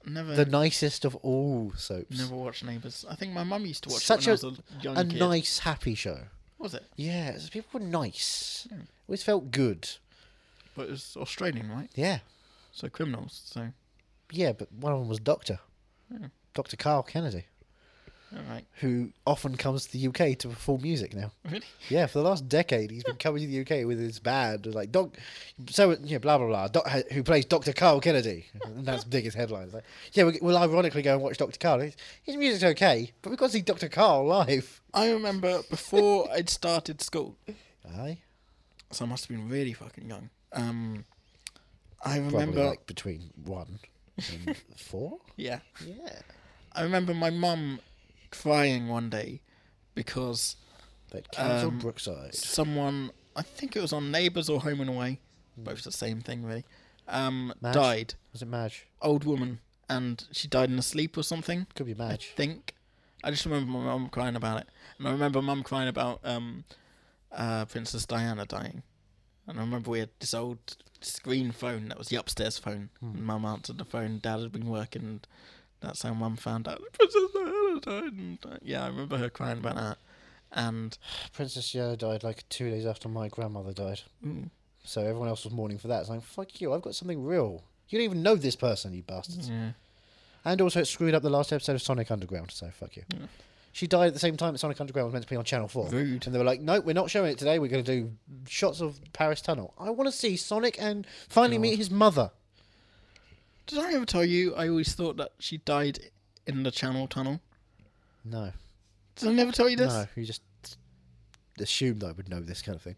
B: never
A: The nicest of all soaps.
B: Mm. never watched Neighbours. I think my mum used to watch
A: Such
B: it
A: a,
B: when I was a young
A: a
B: kid.
A: nice, happy show.
B: was it?
A: Yeah, it was- people were nice.
B: Hmm.
A: Always felt good.
B: But it was Australian, right?
A: Yeah,
B: So criminals. So
A: yeah, but one of them was Doctor,
B: Hmm.
A: Doctor Carl Kennedy,
B: all right.
A: who often comes to the UK to perform music now.
B: Really?
A: Yeah, for the last decade, he's been coming to the UK with his band, like Doc, so yeah, blah blah blah, doc, who plays Doctor Carl Kennedy, and that's the biggest headline. It's Like, yeah, we- we'll ironically go and watch Doctor Carl. His, his music's okay, but we've got to see Doctor Carl live.
B: I remember before <laughs> I'd started school,
A: Aye,
B: so I must have been really fucking young. Um, I
A: probably
B: remember,
A: like between one
B: <laughs>
A: and four.
B: yeah,
A: Yeah,
B: I remember my mum crying one day because
A: that comes on Brookside.
B: someone, I think it was on Neighbours or Home and Away, both the same thing really, um,
A: Madge?
B: died.
A: Was it Madge?
B: Old woman, and she died in her sleep or something.
A: Could be
B: I
A: Madge.
B: think. I just remember my mum crying about it, and I remember mum crying about um, uh, Princess Diana dying, and I remember we had this old screen phone that was the upstairs phone.
A: Hmm.
B: And mum answered the phone. Dad had been working. And that's how mum found out that Princess Diana died. And, uh, yeah, I remember her crying about that, and
A: Princess Yellow died like two days after my grandmother died. So everyone else was mourning for that. It's like, fuck you, I've got something real. You don't even know this person, you bastards. And also, it screwed up the last episode of Sonic Underground, so fuck you. She died at the same time that Sonic Underground was meant to be on Channel 4.
B: Rude.
A: And they were like, no, we're not showing it today. We're going to do shots of Paris Tunnel. I want to see Sonic and finally meet his mother.
B: did I ever tell you? I always thought that she died in the Channel Tunnel.
A: No.
B: Did I never tell you this?
A: No, you just assumed I would know this kind of thing.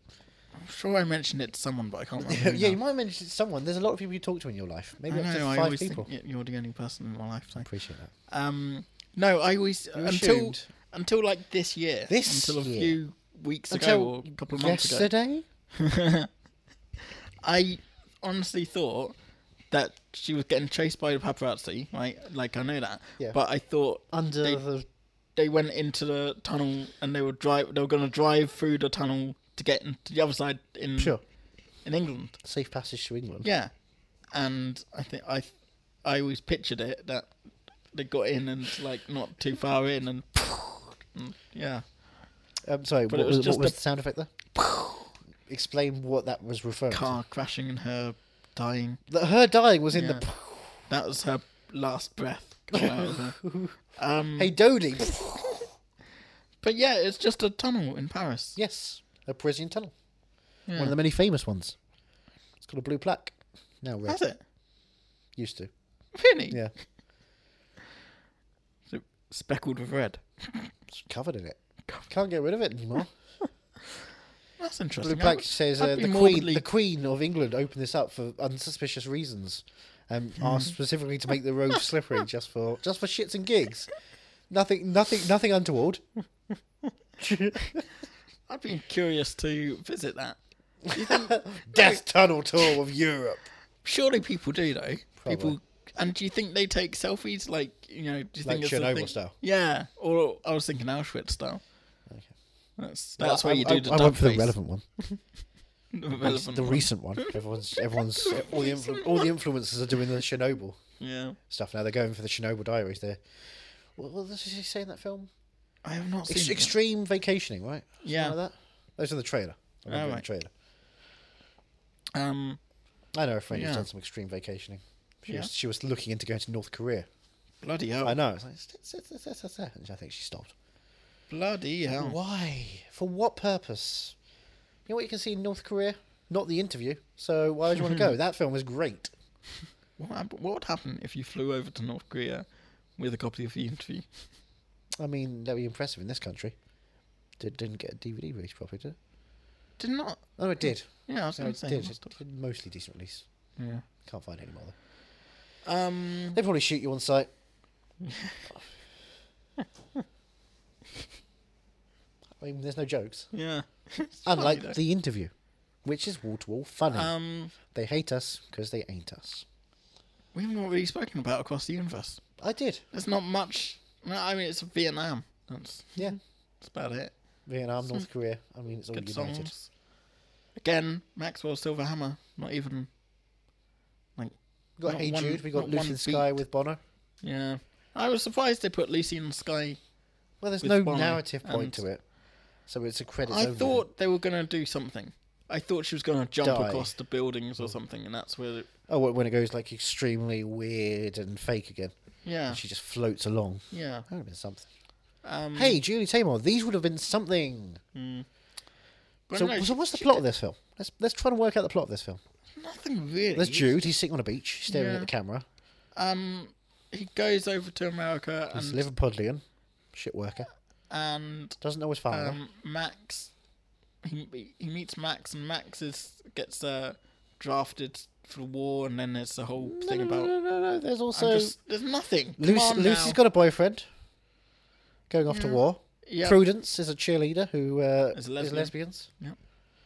B: I'm sure I mentioned it to someone, but I can't remember.
A: <laughs>
B: who
A: yeah, you
B: now.
A: might mention it to someone. There's a lot of people you talk to in your life. Maybe
B: I
A: up to
B: know. I
A: five
B: always
A: people.
B: think you're the only person in my lifetime.
A: Appreciate that.
B: Um, no, I always until
A: assumed.
B: until like this year.
A: This
B: until a
A: year?
B: few weeks ago or a couple of months ago.
A: yesterday?
B: I honestly thought that she was getting chased by the paparazzi, right? Like I know that,
A: Yeah.
B: but I thought
A: Under
B: they,
A: the
B: they went into the tunnel and they were drive. They were gonna drive through the tunnel to get into the other side in
A: sure
B: in England.
A: safe passage to England.
B: Yeah, and I think I, I always pictured it that they got in and like not too far in and, and yeah.
A: Um, sorry,
B: But
A: what
B: it was
A: was,
B: just
A: what was
B: a-
A: the sound
B: <laughs>
A: effect there? Explain what that was referring
B: car crashing and her dying.
A: to. That her dying was in
B: Yeah.
A: the.
B: That was her
A: <laughs>
B: last breath. coming out of her. um,
A: Hey, Dodie.
B: but yeah, it's just a tunnel in Paris.
A: yes, a Parisian tunnel. One of the many famous ones. It's got a blue plaque. Now red.
B: Has it?
A: Used to.
B: Really?
A: Yeah.
B: Is it speckled with red.
A: It's covered in it. Can't get rid of it anymore.
B: That's interesting.
A: Blue
B: I
A: plaque
B: would-
A: says
B: I'd
A: uh,
B: be
A: the Queen,
B: morbidly-
A: the Queen of England, opened this up for unsuspicious reasons, um,
B: Hmm.
A: asked specifically to make the road
B: <laughs>
A: slippery just for just for shits and gigs. Nothing, nothing, nothing untoward.
B: I'd be curious to visit that.
A: Death tunnel tour of Europe.
B: Surely people do though. People
A: Probably.
B: and do you think they take selfies like you know? Do you
A: Like
B: think it's
A: Chernobyl
B: a thing?
A: style.
B: Yeah, or I was thinking Auschwitz style. That's that's where
A: I-
B: you
A: I-
B: do the
A: I,
B: dog
A: went for the
B: face.
A: relevant one,
B: The relevant
A: the
B: one.
A: recent one.
B: <laughs>
A: Everyone's, everyone's, all the influ- all the influencers are doing the Chernobyl
B: Yeah,
A: stuff now. They're going for the Chernobyl diaries. They're what, what does he say in that film?
B: I have not seen.
A: Ex-
B: it.
A: extreme vacationing, right? Something
B: Yeah.
A: like that. Those are the trailer. I remember in the
B: right.
A: trailer.
B: Um,
A: I know a friend
B: Yeah.
A: who's done some extreme vacationing. She,
B: Yeah.
A: was, she was looking into going to North Korea.
B: bloody hell!
A: I know. It's like, "Sit, sit, sit, sit, sit, sit," and I think she stopped.
B: Bloody hell!
A: Why? For what purpose? You know what you can see in North Korea? Not the interview. So why would you want to go? That film was great.
B: What, hap- what would happen if you flew over to North Korea with a copy of the interview?
A: I mean, that'd be impressive in this country. Did, didn't get a DVD release properly, did it?
B: Did not.
A: Oh, it did.
B: Yeah, I was
A: No,
B: going
A: it
B: to say.
A: did.
B: must
A: It <laughs>
B: have.
A: did mostly decent release.
B: Yeah.
A: Can't find it anymore, though.
B: Um.
A: They probably shoot you on
B: <laughs>
A: site. I mean, there's no jokes.
B: Yeah.
A: <laughs> Unlike <laughs>
B: though.
A: the interview, which is wall to wall funny.
B: Um.
A: they hate us because they ain't us.
B: We've not really spoken about across the universe.
A: I did.
B: There's not much. No, I mean it's Vietnam. That's
A: Yeah.
B: that's about it.
A: Vietnam, North Korea. I mean, it's all
B: Good
A: united.
B: songs. Again, Maxwell Silverhammer. Not even. Like.
A: We got
B: not
A: Hey
B: one-
A: Jude. We got
B: not
A: Lucy
B: one
A: in the Sky
B: beat.
A: with Bono.
B: Yeah. I was surprised they put Lucy in the Sky.
A: Well, there's
B: With
A: no
B: Bono
A: narrative
B: and-
A: point to it, so it's a credit.
B: I thought they were gonna do something. I thought she was gonna jump
A: Die.
B: across the buildings or something, and that's where.
A: Oh, wh- when it goes like extremely weird and fake again,
B: Yeah.
A: and she just floats along.
B: Yeah.
A: That would have been something.
B: Um,
A: Hey, Julie Taymor. These would have been something.
B: but
A: So,
B: no,
A: so
B: she-
A: what's the
B: she
A: plot of
B: did
A: this film? Let's let's try and work out the plot of this film.
B: Nothing really.
A: There's Jude. He's sitting on a beach, staring
B: Yeah.
A: at the camera.
B: Um, he goes over to America
A: He's
B: and
A: Liverpudlian, shit worker.
B: and
A: Doesn't know his father.
B: um, Max. He he meets Max and Max is gets uh, drafted for the war, and then there's the whole thing about.
A: no, no, no. There's
B: I'm
A: also
B: just- there's nothing. Come
A: Lucy,
B: on
A: Lucy's
B: now.
A: got a boyfriend going off to war.
B: Yeah.
A: Prudence is a cheerleader who uh,
B: Is
A: is,
B: a lesbian.
A: lesbians.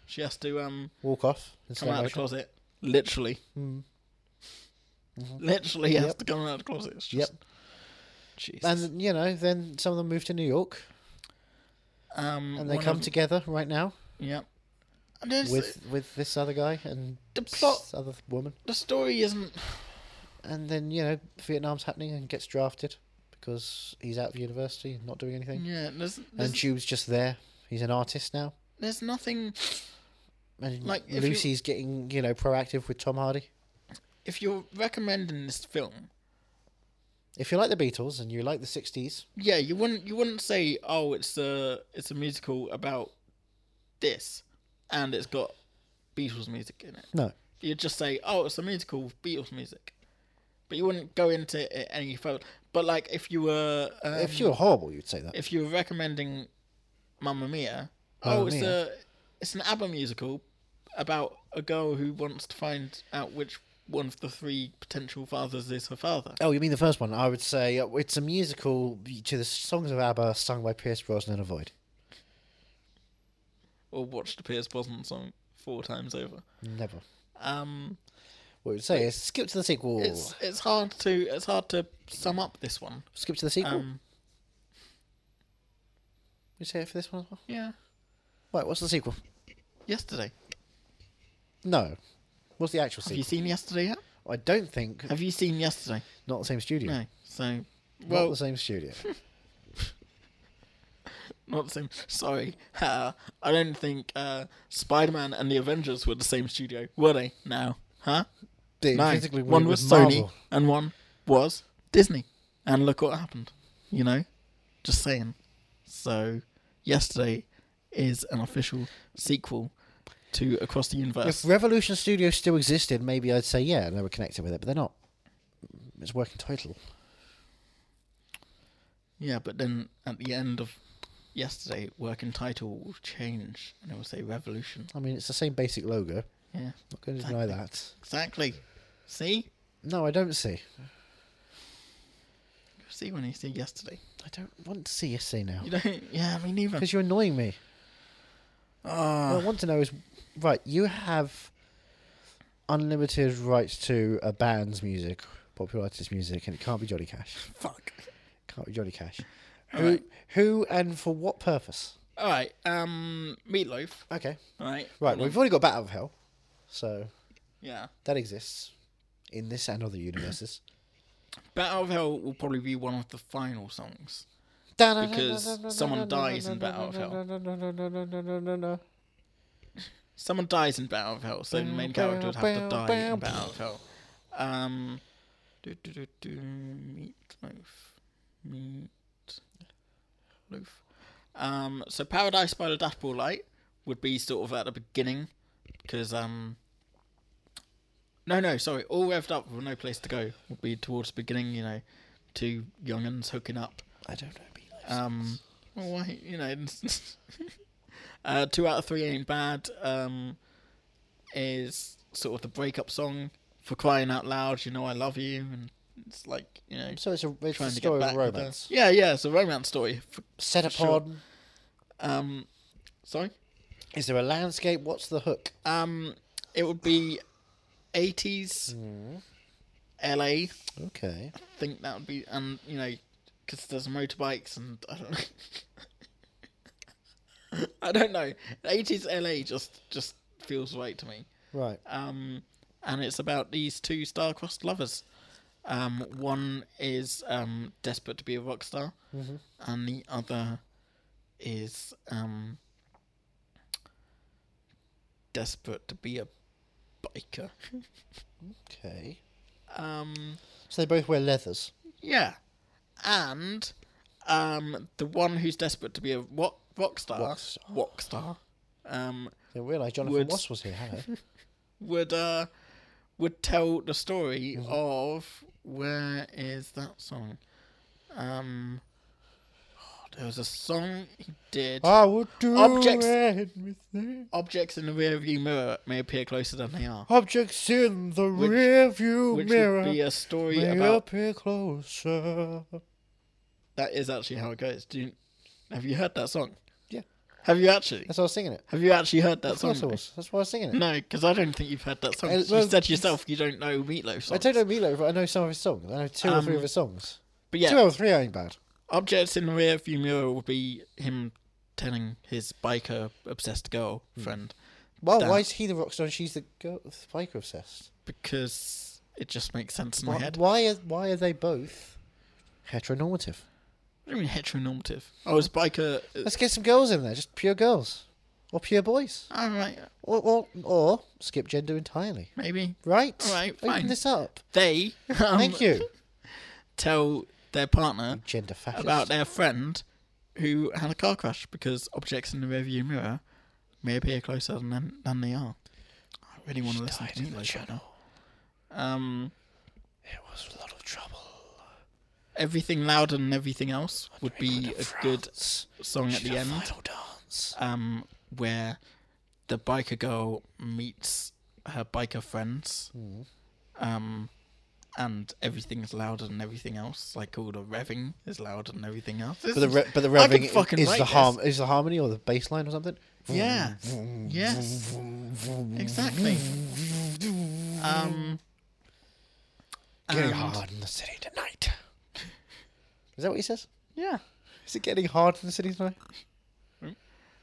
B: She has to um
A: Walk off in
B: come
A: slow
B: out of the
A: motion.
B: closet, literally. Literally has
A: Hmm. Yep.
B: to come out of the closet. It's
A: Yep.
B: just, Jesus.
A: And you know, then some of them move to New York
B: um,
A: and they
B: one
A: come
B: of-
A: together right now
B: Yep. And there's-
A: with with this other guy and
B: The plot-
A: this other woman.
B: the story isn't.
A: And then you know, Vietnam's happening and gets drafted because he's out of university and not doing anything.
B: Yeah, there's
A: And
B: there's,
A: Jude's just there. He's an artist now.
B: there's nothing.
A: And
B: Like, if you-
A: Lucy's getting you know proactive with Tom Hardy.
B: If you're recommending this film,
A: If you like the Beatles and you like the '60s,
B: yeah, you wouldn't you wouldn't say, oh, it's a it's a musical about this, and it's got Beatles music in it.
A: no,
B: You'd just say, oh, it's a musical with Beatles music, but you wouldn't go into it any further. But like, if you were um,
A: if you were horrible, you'd say that.
B: if you were recommending Mamma Mia, oh,
A: Mamma
B: it's
A: Mia.
B: a it's an ABBA musical about a girl who wants to find out which one of the three potential fathers is her father.
A: Oh, you mean the first one? I would say uh, it's a musical to the songs of ABBA sung by Pierce Brosnan and Void.
B: Or watch the Pierce Brosnan song four times over.
A: Never.
B: Um,
A: What would say is skip to the sequel.
B: it's it's hard to it's hard to sum up this one.
A: Skip to the sequel.
B: Um,
A: you say it for this one as well?
B: yeah,
A: Right, what's the sequel?
B: yesterday.
A: No. What's the actual
B: Have you
A: sequel?
B: seen yesterday yet?
A: I don't think.
B: Have you seen yesterday?
A: Not the same studio.
B: No. So,
A: not
B: well,
A: the same
B: <laughs>
A: studio.
B: Not the same. Sorry. <laughs> Uh, I don't think uh, Spider Man and the Avengers were the same studio, were they? No. Huh?
A: They
B: No.
A: intrinsically
B: One
A: linked
B: was
A: with
B: Sony
A: Marvel.
B: and one was Disney. And look what happened. You know? Just saying. So, yesterday is an official sequel to Across the Universe.
A: If Revolution Studios still existed, maybe I'd say yeah, and they were connected with it, but they're not. Mm, It's working total.
B: Yeah, but then at the end of yesterday, working title will change and it will say Revolution.
A: I mean, it's the same basic logo.
B: Yeah.
A: Not going to deny that.
B: Exactly. See?
A: No, I don't see.
B: See when you see yesterday.
A: I don't want to see yesterday now.
B: You don't. Yeah, me neither.
A: Because you're annoying me.
B: Ah.
A: what I want to know is, right? You have unlimited rights to a band's music, popular artist music, and it can't be Johnny Cash.
B: Fuck.
A: Can't be Johnny Cash. Who, who, and for what purpose?
B: All right. Um, meatloaf.
A: Okay,
B: All right.
A: right.
B: hold
A: Well,
B: on.
A: we've already got Battle of Hell, so
B: Yeah.
A: that exists in this and other universes.
B: Battle of Hell will probably be one of the final songs.
A: because
B: someone dies in Battle of
A: Hell.
B: Someone dies in Battle of Hell, so the main character would have to die in Battle of Hell. Um, do do do do meatloaf, meatloaf. Um, so Paradise by the Dashboard Light would be sort of at the beginning, because um. No, no, sorry. All revved up with no place to go would be towards the beginning. You know, two younguns hooking up.
A: <clears throat> I don't know. Meatloaf.
B: Um, well, why, you know, <laughs> it's- uh, two out of three ain't bad. Um, is sort of the breakup song for crying out loud. You know, I love you, and it's like you know,
A: So it's a, it's a
B: trying to
A: story
B: get
A: of
B: back. with her.
A: romance.
B: Yeah, yeah, it's a romance story. F-
A: Set
B: for sure.
A: upon.
B: Um, sorry.
A: Is there a landscape? What's the hook?
B: Um, it would be eighties
A: Mm.
B: LA.
A: Okay.
B: think that would be, and you know, because there's motorbikes and I don't know. I don't know. <laughs> Eighties LA just just feels right to me.
A: Right.
B: Um, and it's about these two star-crossed lovers. Um, one is um desperate to be a rock star, and the other is um desperate to be a biker.
A: Okay.
B: Um.
A: So they both wear leathers.
B: Yeah. And um, the one who's desperate to be a rock, rock star, rock
A: Rockstar.
B: star, um,
A: They realise Jonathan
B: Would-
A: Ross was here, hello.
B: would uh, would tell the story
A: Mm-hmm.
B: of where is that song? Um, oh, there was a song he
A: <laughs>
B: did.
A: I would do
B: Objects-
A: anything.
B: Objects in the rearview mirror may appear closer than they are,
A: Objects in the rearview
B: which
A: Oh, mirror.
B: would be a story
A: may
B: about.
A: appear closer.
B: That is actually how it goes. Do you, have you heard that song?
A: Yeah.
B: Have you actually?
A: That's why I was singing it.
B: Have you actually heard that
A: Of course I
B: song?
A: was. That's why I was singing it.
B: <laughs> No, because I don't think you've heard that song.
A: Uh,
B: you
A: well,
B: said to yourself you don't know Meatloaf songs.
A: I don't know Meatloaf, but I know some of his songs. I know two or three of his songs.
B: But Um, yeah,
A: Two or three ain't bad.
B: objects in the rearview mirror will be him telling his biker obsessed girl
A: Hmm.
B: friend
A: Well,
B: Damn.
A: why is he the rock star and she's the girl, the biker obsessed?
B: because it just makes sense in my
A: Why,
B: head.
A: why are why are they both heteronormative?
B: What do you mean heteronormative? Oh, his biker.
A: Let's get some girls in there, just pure girls or pure boys,
B: All right,
A: or or, or skip gender entirely.
B: maybe.
A: Right?
B: All right, fine.
A: Open this up.
B: They <laughs> um,
A: Thank you,
B: tell their partner
A: gender fascist.
B: about their friend who had a car crash because objects in the rearview mirror may appear closer than than they are. I really want to listen to Meatloaf right now. Um,
A: It was a lot of trouble.
B: everything louder and everything else would be a good
A: France.
B: song at
A: She
B: the
A: did a
B: end,
A: Final dance.
B: um, where the biker girl meets her biker friends,
A: Mm.
B: um, and everything is louder than everything else. Like all the revving is louder than everything else.
A: But the, re- but the
B: I could
A: revving i-
B: fucking
A: is
B: write
A: the
B: this.
A: harm is the harmony or the bass line or something.
B: Yeah. Yes. Exactly. Um.
A: Getting
B: and-
A: hard in the city tonight. Is that what he says?
B: Yeah.
A: Is it getting hard in the city tonight?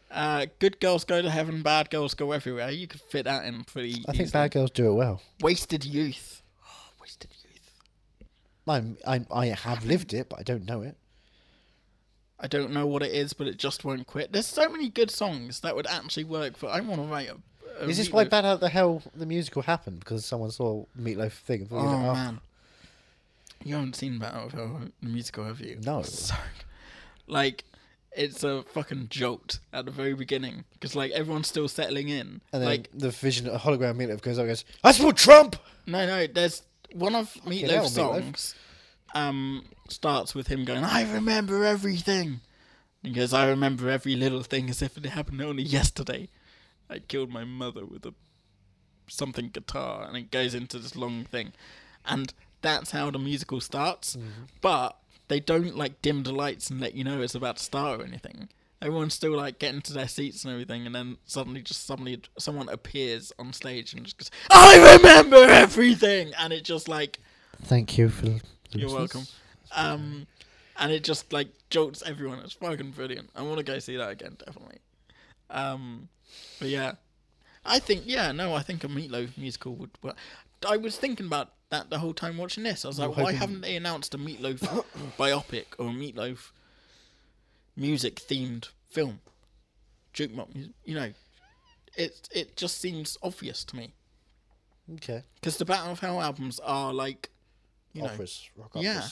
B: Uh, good girls go to heaven, bad girls go everywhere. You could fit that in pretty.
A: I think
B: easily.
A: bad girls do it well. <gasps>
B: Wasted youth. Oh, wasted youth.
A: I'm, I'm, I have lived it, but I don't know it.
B: I don't know what it is, but it just won't quit. There's so many good songs that would actually work for. I want to write a. a
A: Is this why
B: Meatloaf-
A: Bad Out the Hell the musical happened? Because someone saw Meatloaf thing. And thought,
B: Oh
A: oh,
B: man, you haven't seen Battle of Hell the musical, have you?
A: No.
B: So, like, it's a fucking jolt at the very beginning because like everyone's still settling in.
A: And then
B: like,
A: the vision, a hologram Meatloaf goes up and goes, I support Trump!
B: no, no, there's one of
A: hell,
B: Meatloaf's
A: Meatloaf.
B: songs. Um, starts with him going, "I remember everything." He goes, "I remember every little thing as if it happened only yesterday." I killed my mother with a something guitar, and it goes into this long thing, and that's how the musical starts. But they don't like dim the lights and let you know it's about to start or anything. Everyone's still like getting to their seats and everything, and then suddenly, just suddenly, someone appears on stage and just goes, "I remember everything," and it just like
A: Thank you for.
B: you're welcome. Um, and it just like jolts everyone. It's fucking brilliant. I want to go see that again, definitely. Um, but yeah, I think yeah, no, I think a Meatloaf musical would work. I was thinking about that the whole time watching this. I was like, why haven't they announced a Meatloaf biopic or a Meatloaf music themed film? Jukebox, mu- you know, it it just seems obvious to me
A: Okay.
B: because the Battle of Hell albums are like, you know,
A: Operas. Rock operas.
B: Yeah.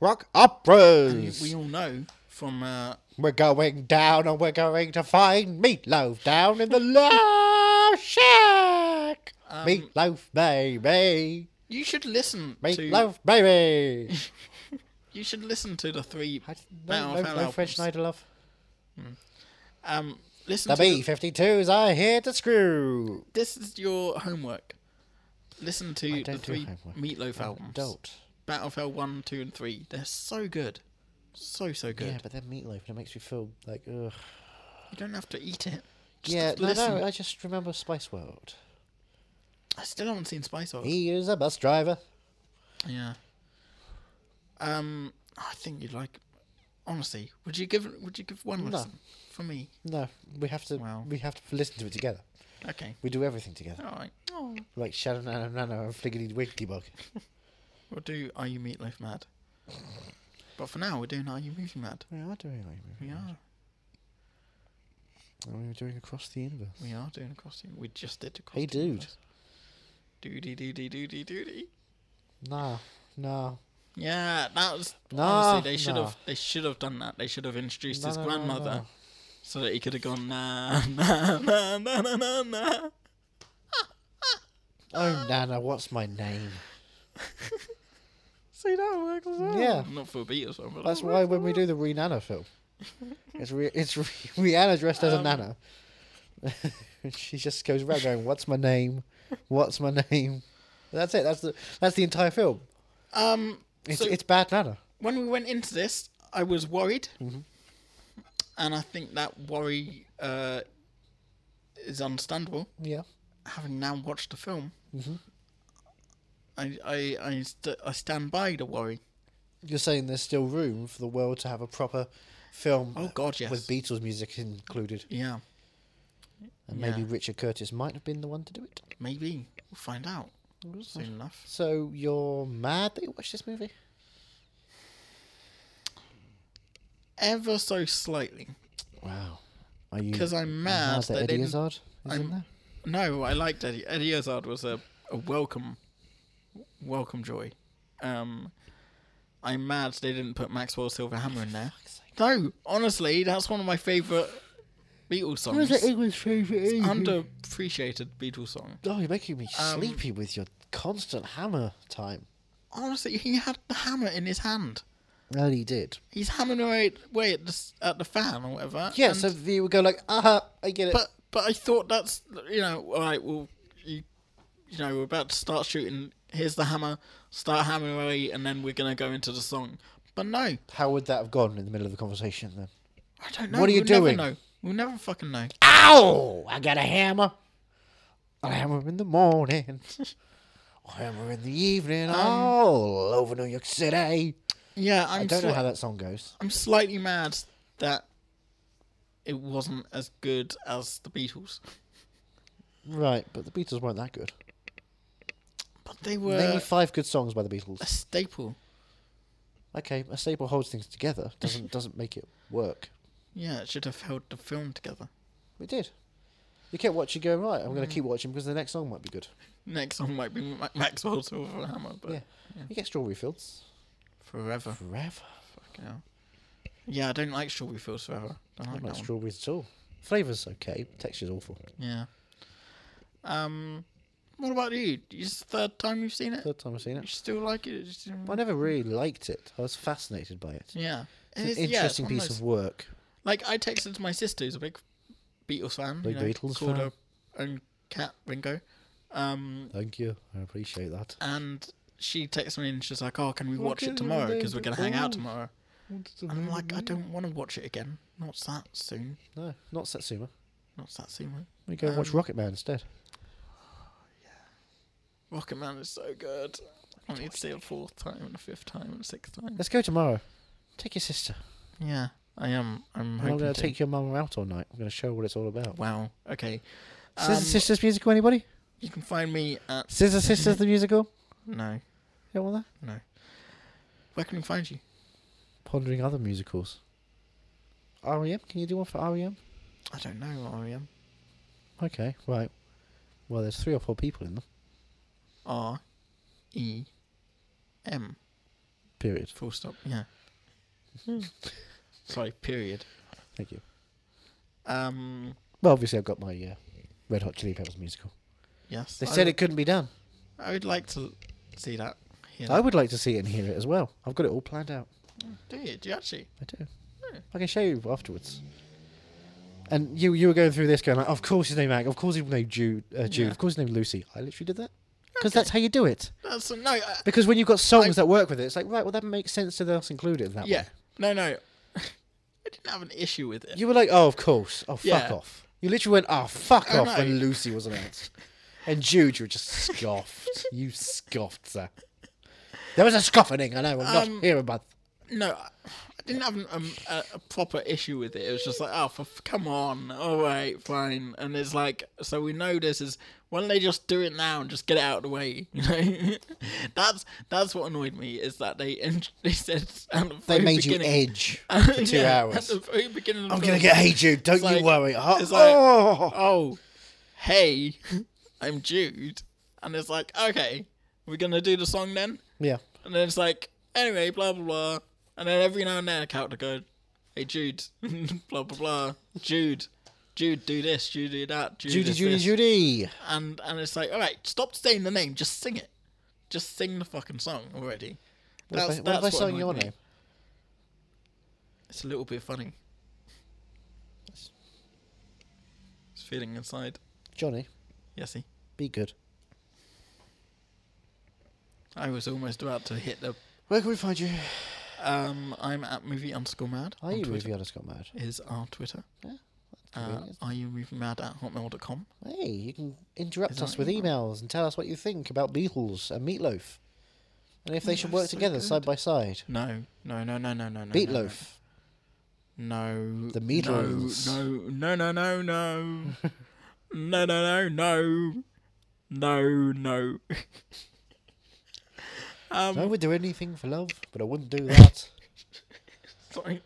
A: Rock operas!
B: we, we all know from uh,
A: We're going down and we're going to find Meatloaf down in the love shack. meatloaf baby,
B: you should listen to
A: meatloaf <laughs> baby.
B: you should listen to the three
A: I
B: Battle
A: no, no,
B: of Hell
A: no French
B: albums.
A: Schneider love.
B: Um, listen
A: The
B: to the-
A: B-52s are here to screw.
B: this is your homework. Listen to the
A: don't do
B: three
A: homework.
B: Meatloaf
A: Oh,
B: albums.
A: Adult.
B: Battle of Hell one, two, and three. They're so good, so so good.
A: Yeah, but then meatloaf, and it makes me feel like, ugh.
B: you don't have to eat it. Just
A: yeah, no,
B: listen.
A: no, I just remember Spice World.
B: I still haven't seen Spice World.
A: He is a bus driver.
B: Yeah. Um, I think you'd like. Honestly, would you give would you give one listen for me?
A: No, we have to
B: Well.
A: we have to listen to it together.
B: Okay.
A: We do everything together.
B: All right.
A: Like Shadow Nano Nano and Fliggity Wiggly Bug.
B: We'll do Are You Meatloaf Mad? But for now, we're doing Are You Movie Mad?
A: We are doing like
B: We are.
A: And we were doing across the universe.
B: We are doing a costume. We just did a costume.
A: Hey, dude.
B: Doody doody doody doody.
A: Nah, nah.
B: Yeah, that was
A: No,
B: honestly they should
A: no.
B: have they should have done that. They should have introduced
A: No,
B: his
A: no, no,
B: grandmother
A: no.
B: so that he could have gone na <laughs> na na na na na na.
A: Oh, Nana, what's my name?
B: <laughs> See that works as well.
A: Yeah.
B: Not for a beat as well, but
A: That's
B: that
A: why
B: works
A: when
B: as
A: we
B: well.
A: do the Re Nana
B: <laughs>
A: film, it's re- it's re- <laughs> Rihanna dressed
B: Um,
A: as a Nana. <laughs> she just goes around going, "What's my name? What's my name?" That's it. That's the that's the entire film.
B: Um
A: It's
B: So-
A: it's bad Nana. Mm-hmm.
B: when we went into this, I was worried. and I think that worry uh, is understandable.
A: Yeah.
B: Having now watched the film, I I I, st- I stand by the worry.
A: You're saying there's still room for the world to have a proper film
B: Oh, God, yes.
A: with Beatles music included.
B: Yeah,
A: And maybe
B: Yeah.
A: Richard Curtis might have been the one to do it.
B: maybe we'll find out soon enough.
A: So you're mad that you watched this movie?
B: Ever so slightly.
A: Wow. Are you
B: 'Cause I'm
A: are
B: mad
A: that
B: they
A: Eddie
B: didn't-
A: Izzard is in
B: I'm- <laughs>
A: there?
B: No, I liked Eddie. Eddie Izzard was a, a welcome, welcome joy. Um, I'm mad they didn't put Maxwell Silverhammer in there. No, honestly, that's one of my favourite Beatles songs.
A: England's favourite
B: Underappreciated Beatles song.
A: Oh, you're making me
B: Um,
A: sleepy with your constant hammer time.
B: Honestly, he had the hammer in his hand.
A: And he did.
B: He's hammering away, away at the s- at the fan or whatever.
A: Yeah,
B: and-
A: so you would go like, aha, I get it.
B: but but I thought that's you know all right. Well, you you know we're about to start shooting. Here's the hammer. Start hammering away, and then we're gonna go into the song. But no, I
A: How would that have gone in the middle of the conversation then?
B: don't know.
A: What are you
B: we'll
A: doing?
B: Never know. We'll never fucking know.
A: Ow! I got a hammer. A hammer in the morning. <laughs> A hammer in the evening.
B: Um,
A: all over New York City.
B: Yeah, I'm.
A: I don't know
B: sli-
A: how that song goes.
B: I'm slightly mad that it wasn't as good as the Beatles,
A: Right, but the Beatles weren't that good.
B: but they were
A: Name me five good songs by the
B: a
A: Beatles.
B: staple.
A: Okay, a staple holds things together. Doesn't <laughs> doesn't make it work.
B: Yeah, it should have held the film together.
A: It did. You kept watching, going right. I'm
B: Mm.
A: going to keep watching because the next song might be good.
B: Next song might be Ma- Maxwell Silverhammer, but
A: Yeah, you get Strawberry Fields
B: forever.
A: forever.
B: Yeah. Yeah, I don't like strawberry fields forever. I
A: I
B: don't
A: don't like
B: like that one.
A: strawberries at all. Flavors okay, texture's awful.
B: Yeah. Um, what about you? It's the third time you've seen it.
A: Third time I've seen
B: You
A: it.
B: still like it? It's-
A: I never really liked it. I was fascinated by it.
B: Yeah.
A: It's an
B: It is- yeah, it's
A: interesting
B: one
A: piece
B: those-
A: of work.
B: Like I texted my sister, who's a big Beatles fan.
A: Big
B: you know,
A: Beatles fan.
B: called her own cat Ringo. Um,
A: Thank you. I appreciate that.
B: and she texted me and she's like, "Oh, can we watch it tomorrow? Because we're gonna hang out tomorrow." And I'm like, I don't want to watch it again. Not that soon.
A: No, not Satsuma.
B: Not that soon.
A: We go and
B: Um,
A: watch Rocket Man instead.
B: Rocket Man is so good. I need to see it a fourth time and a fifth time and a sixth time.
A: Let's go tomorrow. Take your sister.
B: Yeah, I am. I'm
A: And I'm
B: hoping
A: going
B: to.
A: to take your mum out all night. I'm going to show her what it's all about.
B: Wow. Okay. Um,
A: Scissor Sisters musical, anybody?
B: You can find me
A: <laughs>
B: at
A: Scissor Sisters the musical?
B: no,
A: You don't want that?
B: no. Where can we find you?
A: Pondering other musicals. REM? E Can you do one for REM?
B: I don't know. E REM.
A: Okay, right. Well, there's three or four people in them.
B: R. E. M.
A: Period.
B: Full stop. Yeah.
A: Hmm.
B: Sorry. Period.
A: Thank you.
B: Um.
A: Well, obviously, I've got my uh, Red Hot Chili Peppers musical.
B: Yes.
A: They
B: I
A: said
B: would-
A: it Oh. couldn't be done.
B: I would like to see that. Hear
A: I would like to see it and hear it as well. I've got it all planned out.
B: that. Do you? Do you actually?
A: I do.
B: Hmm.
A: I can show you afterwards. And you you were going through this going like, of course his name Hank, of course his name Jude, uh, Jude,
B: Yeah.
A: of course his name Lucy. I literally did that because that's how you do it.
B: That's no. uh, I,
A: Because when you've got songs that work with it, it's like right, well that makes sense to us include it in that
B: yeah.
A: way.
B: No. No. <laughs> I didn't have an issue with it.
A: You were like, oh of course, oh fuck
B: Yeah.
A: off. You literally went, oh fuck
B: I
A: off when
B: know.
A: Lucy was
B: <laughs>
A: announced, and Jude you were just scoffed. you scoffed, sir. There was a scoffing, and I will
B: Um,
A: not hear about.
B: No, I I didn't have an, um, a, a proper issue with it. It was just like, oh, for, f- come on, all right, fine. And it's like, so we know this is. Why don't they just do it now and just get it out of the way? <laughs> You know, that's that's what annoyed me is that they <laughs> int- they said at the
A: They
B: very
A: made you
B: beginning, <laughs>
A: edge for two
B: Yeah,
A: hours.
B: At the very beginning, of
A: I'm
B: the
A: gonna
B: film,
A: get hey Jude, don't
B: it's
A: you
B: like-
A: worry. Oh,
B: It's like,
A: oh.
B: oh, hey, <laughs> I'm Jude, and it's like, okay, we're gonna do the song then.
A: Yeah.
B: And then it's like, anyway, blah blah blah. And then every now and then a character goes, Hey Jude, <laughs> blah blah blah, Jude, Jude, do this, Jude, do that, Jude,
A: Judy,
B: this,
A: Judy,
B: this."
A: Judy.
B: And and it's like, all right, stop saying the name, just sing it, just sing the fucking song already.
A: What if I- what if I sang
B: annoyed
A: your
B: me.
A: name?
B: It's a little bit funny. It's, it's feeling inside.
A: Johnny,
B: Yesy.
A: be good.
B: I was almost about to hit the
A: Where can we find you?
B: Um, I'm at movie underscore mad.
A: Are
B: on
A: you
B: Twitter
A: movie underscore mad?
B: Is our Twitter. Uh,
A: convenient.
B: are you movie mad at hotmail.com?
A: Hey, you can interrupt
B: Is
A: us
B: that
A: with
B: email?
A: emails and tell us what you think about Beatles and Meatloaf, and if they should work
B: Meatloaf's Oh, so
A: together
B: good.
A: side by side.
B: No, no, no, no, no, no, no. no,
A: Beatloaf.
B: No.
A: The Beatles.
B: No, no, no, no, no.
A: <laughs>
B: no, no, no, no. No, no. <laughs> Um,
A: I would do anything for love, but I wouldn't
B: <laughs>
A: do that.
B: Sorry.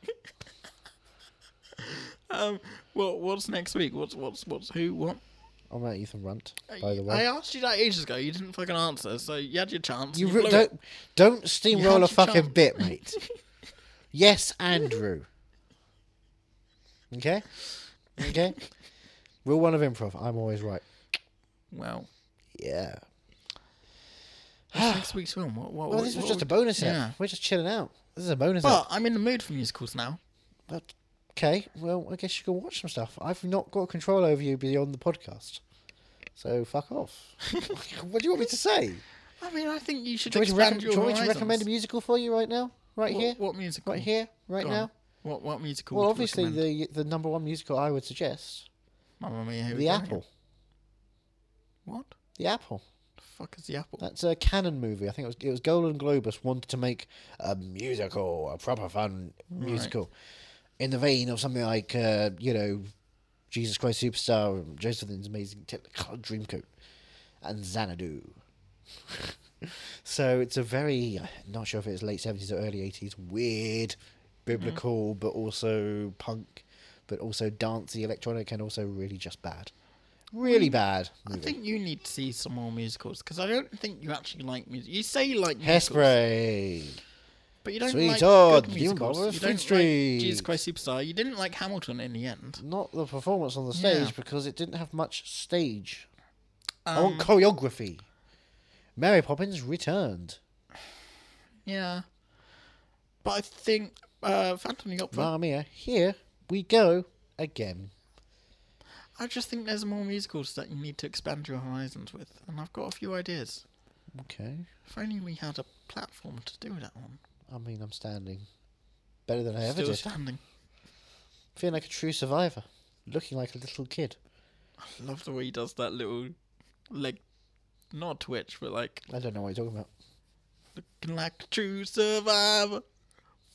B: <laughs> um, what, what's next week? What's, what's, what's, who, what?
A: I'm at Ethan Runt, by the
B: I
A: way.
B: asked you that ages ago. You didn't fucking answer, so you had your chance.
A: You
B: You,
A: re-
B: blew
A: don't
B: it.
A: don't
B: You had
A: steamroll
B: your
A: a fucking
B: chance.
A: bit, mate.
B: <laughs>
A: yes, Andrew. Okay, okay. Rule one of improv: I'm always right. <sighs>
B: Well,
A: Yeah.
B: what's next week's film? What, what,
A: Well,
B: what-
A: this was
B: what
A: just a
B: would-
A: bonus.
B: Yeah.
A: Yeah. We're just chilling out. This is a bonus. app.
B: But I'm in the mood for musicals now.
A: But- Okay, well, I guess you can watch some stuff. I've not got control over you beyond the podcast. So fuck
B: <laughs>
A: off. what do you want me to say?
B: I mean, I think you should
A: Do you want me to, recom-
B: expand
A: do
B: your
A: you want me to recommend a
B: horizons.
A: musical for you right now? Right
B: What-
A: here?
B: What musical?
A: Right here? Right
B: Go on.
A: now?
B: What what musical?
A: Well,
B: would you
A: obviously,
B: recommend?
A: the the number one musical I would suggest
B: Mamma Mia, here
A: The
B: we go
A: Apple.
B: again. What
A: The Apple.
B: the fuck is the apple?
A: That's a canon movie. I think it was it was Golden Globus wanted to make a musical, a proper fun musical, in the vein of something like uh, you know, Jesus Christ Superstar, and Josephine's Amazing Technicolor Dreamcoat, and Xanadu. <laughs> so it's a very not sure if it's late seventies or early eighties, weird, biblical,
B: Mm-hmm.
A: but also punk, but also dancey, electronic, and also really just bad, really bad.
B: I
A: Movie.
B: think you need to see some more musicals because I don't think you actually like music. You say you like musicals,
A: Hairspray.
B: but you don't
A: Sweet
B: like
A: Todd,
B: good
A: Demon
B: musicals.
A: Barber,
B: you
A: Fleet
B: don't
A: Street.
B: like Jesus Christ Superstar. You didn't like Hamilton in the end.
A: not the performance on the stage
B: Yeah.
A: because it didn't have much stage. I
B: Um,
A: want choreography. Mary Poppins returned.
B: Yeah, but I think uh, Phantom of the Opera.
A: Mamma mia, here we go again.
B: I just think there's more musicals that you need to expand your horizons with, and I've got a few ideas.
A: Okay.
B: If only we had a platform to do that on.
A: I mean, I'm standing better than I ever
B: Still
A: did.
B: standing.
A: Feeling like a true survivor, looking like a little kid.
B: Love the way he does that little leg, not twitch, but like
A: I don't know what you're talking about.
B: looking like a true survivor,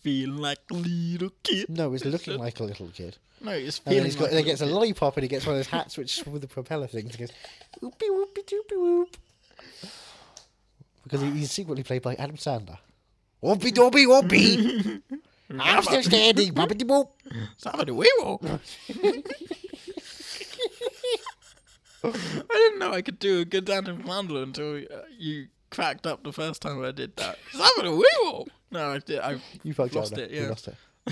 B: feeling like a little kid.
A: No, he's looking like a little kid.
B: No, it's
A: And
B: feeling.
A: then he's got,
B: like
A: and he gets a
B: little
A: lollipop and he gets one of those hats which with the propeller things. He goes, whoopie whoopie doopie whoop. Because he, he's secretly played by Adam Sandler. Whoopie doopie whoopie.
B: <laughs>
A: I'm still standing. Boppity boop.
B: kid. Survivor
A: <laughs>
B: the werewolf. I didn't know I could do a good Adam Sandler until uh, you cracked up the first time I did that. Survivor the werewolf. No, I did. I
A: <laughs> You fucked
B: lost
A: up.
B: it.
A: You
B: Yeah.
A: lost it.
B: <laughs>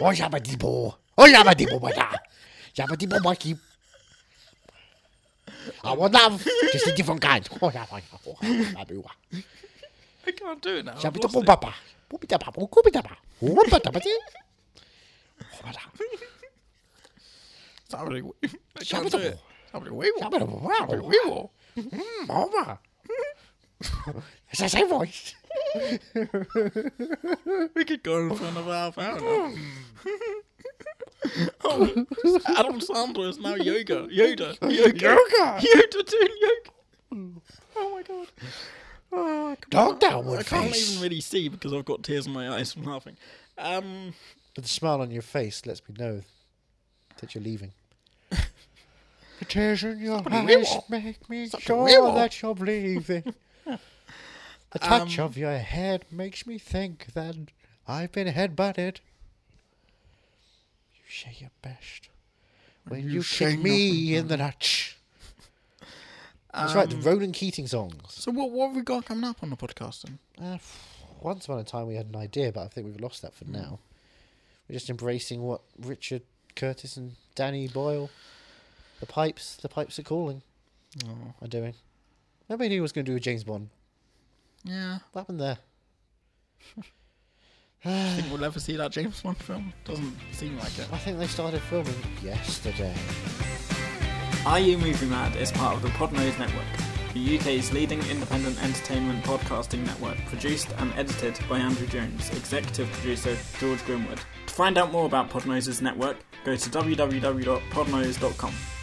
A: oh, yabbity boo. Oh, yabbity boo, my da. Yabbity boo, my keep. I want love. Just a different kind. <laughs> Oh, yeah, yeah, yeah. Oh, yeah, yeah, yeah.
B: I can't do it now. I've
A: Jabba
B: lost
A: dabba
B: it.
A: babba. Boopy dabba. Oh, goopy dabba. Oh, whooppa dabba dee. Oh, da.
B: Survivor the werewolf. I
A: Survivor
B: can't
A: the
B: do it. Survivor the werewolf.
A: Jabba dabba wow.
B: Survivor the werewolf.
A: Mama. It's the same voice.
B: We could go in front of half
A: <laughs>
B: hour now. oh, Adam Sandler is now yoga.
A: <laughs>
B: Yoda. Yoga.
A: Yoga.
B: Yoda doing yoga. Oh my god. Oh, I can't-
A: Dog downward
B: I can't
A: face.
B: even really see because I've got tears in my eyes from laughing. Um,
A: But the smile on your face lets me know that you're leaving. <laughs> the tears in your eyes
B: will.
A: make me
B: Somebody
A: sure
B: will.
A: that you're leaving. <laughs> the touch of your head makes me think that I've been headbutted. You say your best when you,
B: say
A: kick me in the nuts. That's right, the Ronan Keating songs.
B: um, so what what have we got coming up on the podcast then?
A: Uh, once upon a time, we had an idea, but I think we've lost that for now. We're just embracing what Richard Curtis and Danny Boyle, the pipes, the pipes are calling, are doing. Nobody knew was going to do a James Bond.
B: Yeah.
A: What happened there?
B: I think we'll ever see that James Bond film. Doesn't seem like it.
A: I think they started filming yesterday.
G: Are You Movie Mad is part of the Podnose Network.
B: the UK's leading independent entertainment podcasting network, produced and edited by Andrew Jones, executive producer George Grimwood. To find out more about Podnose's network, go to www.podnose.com.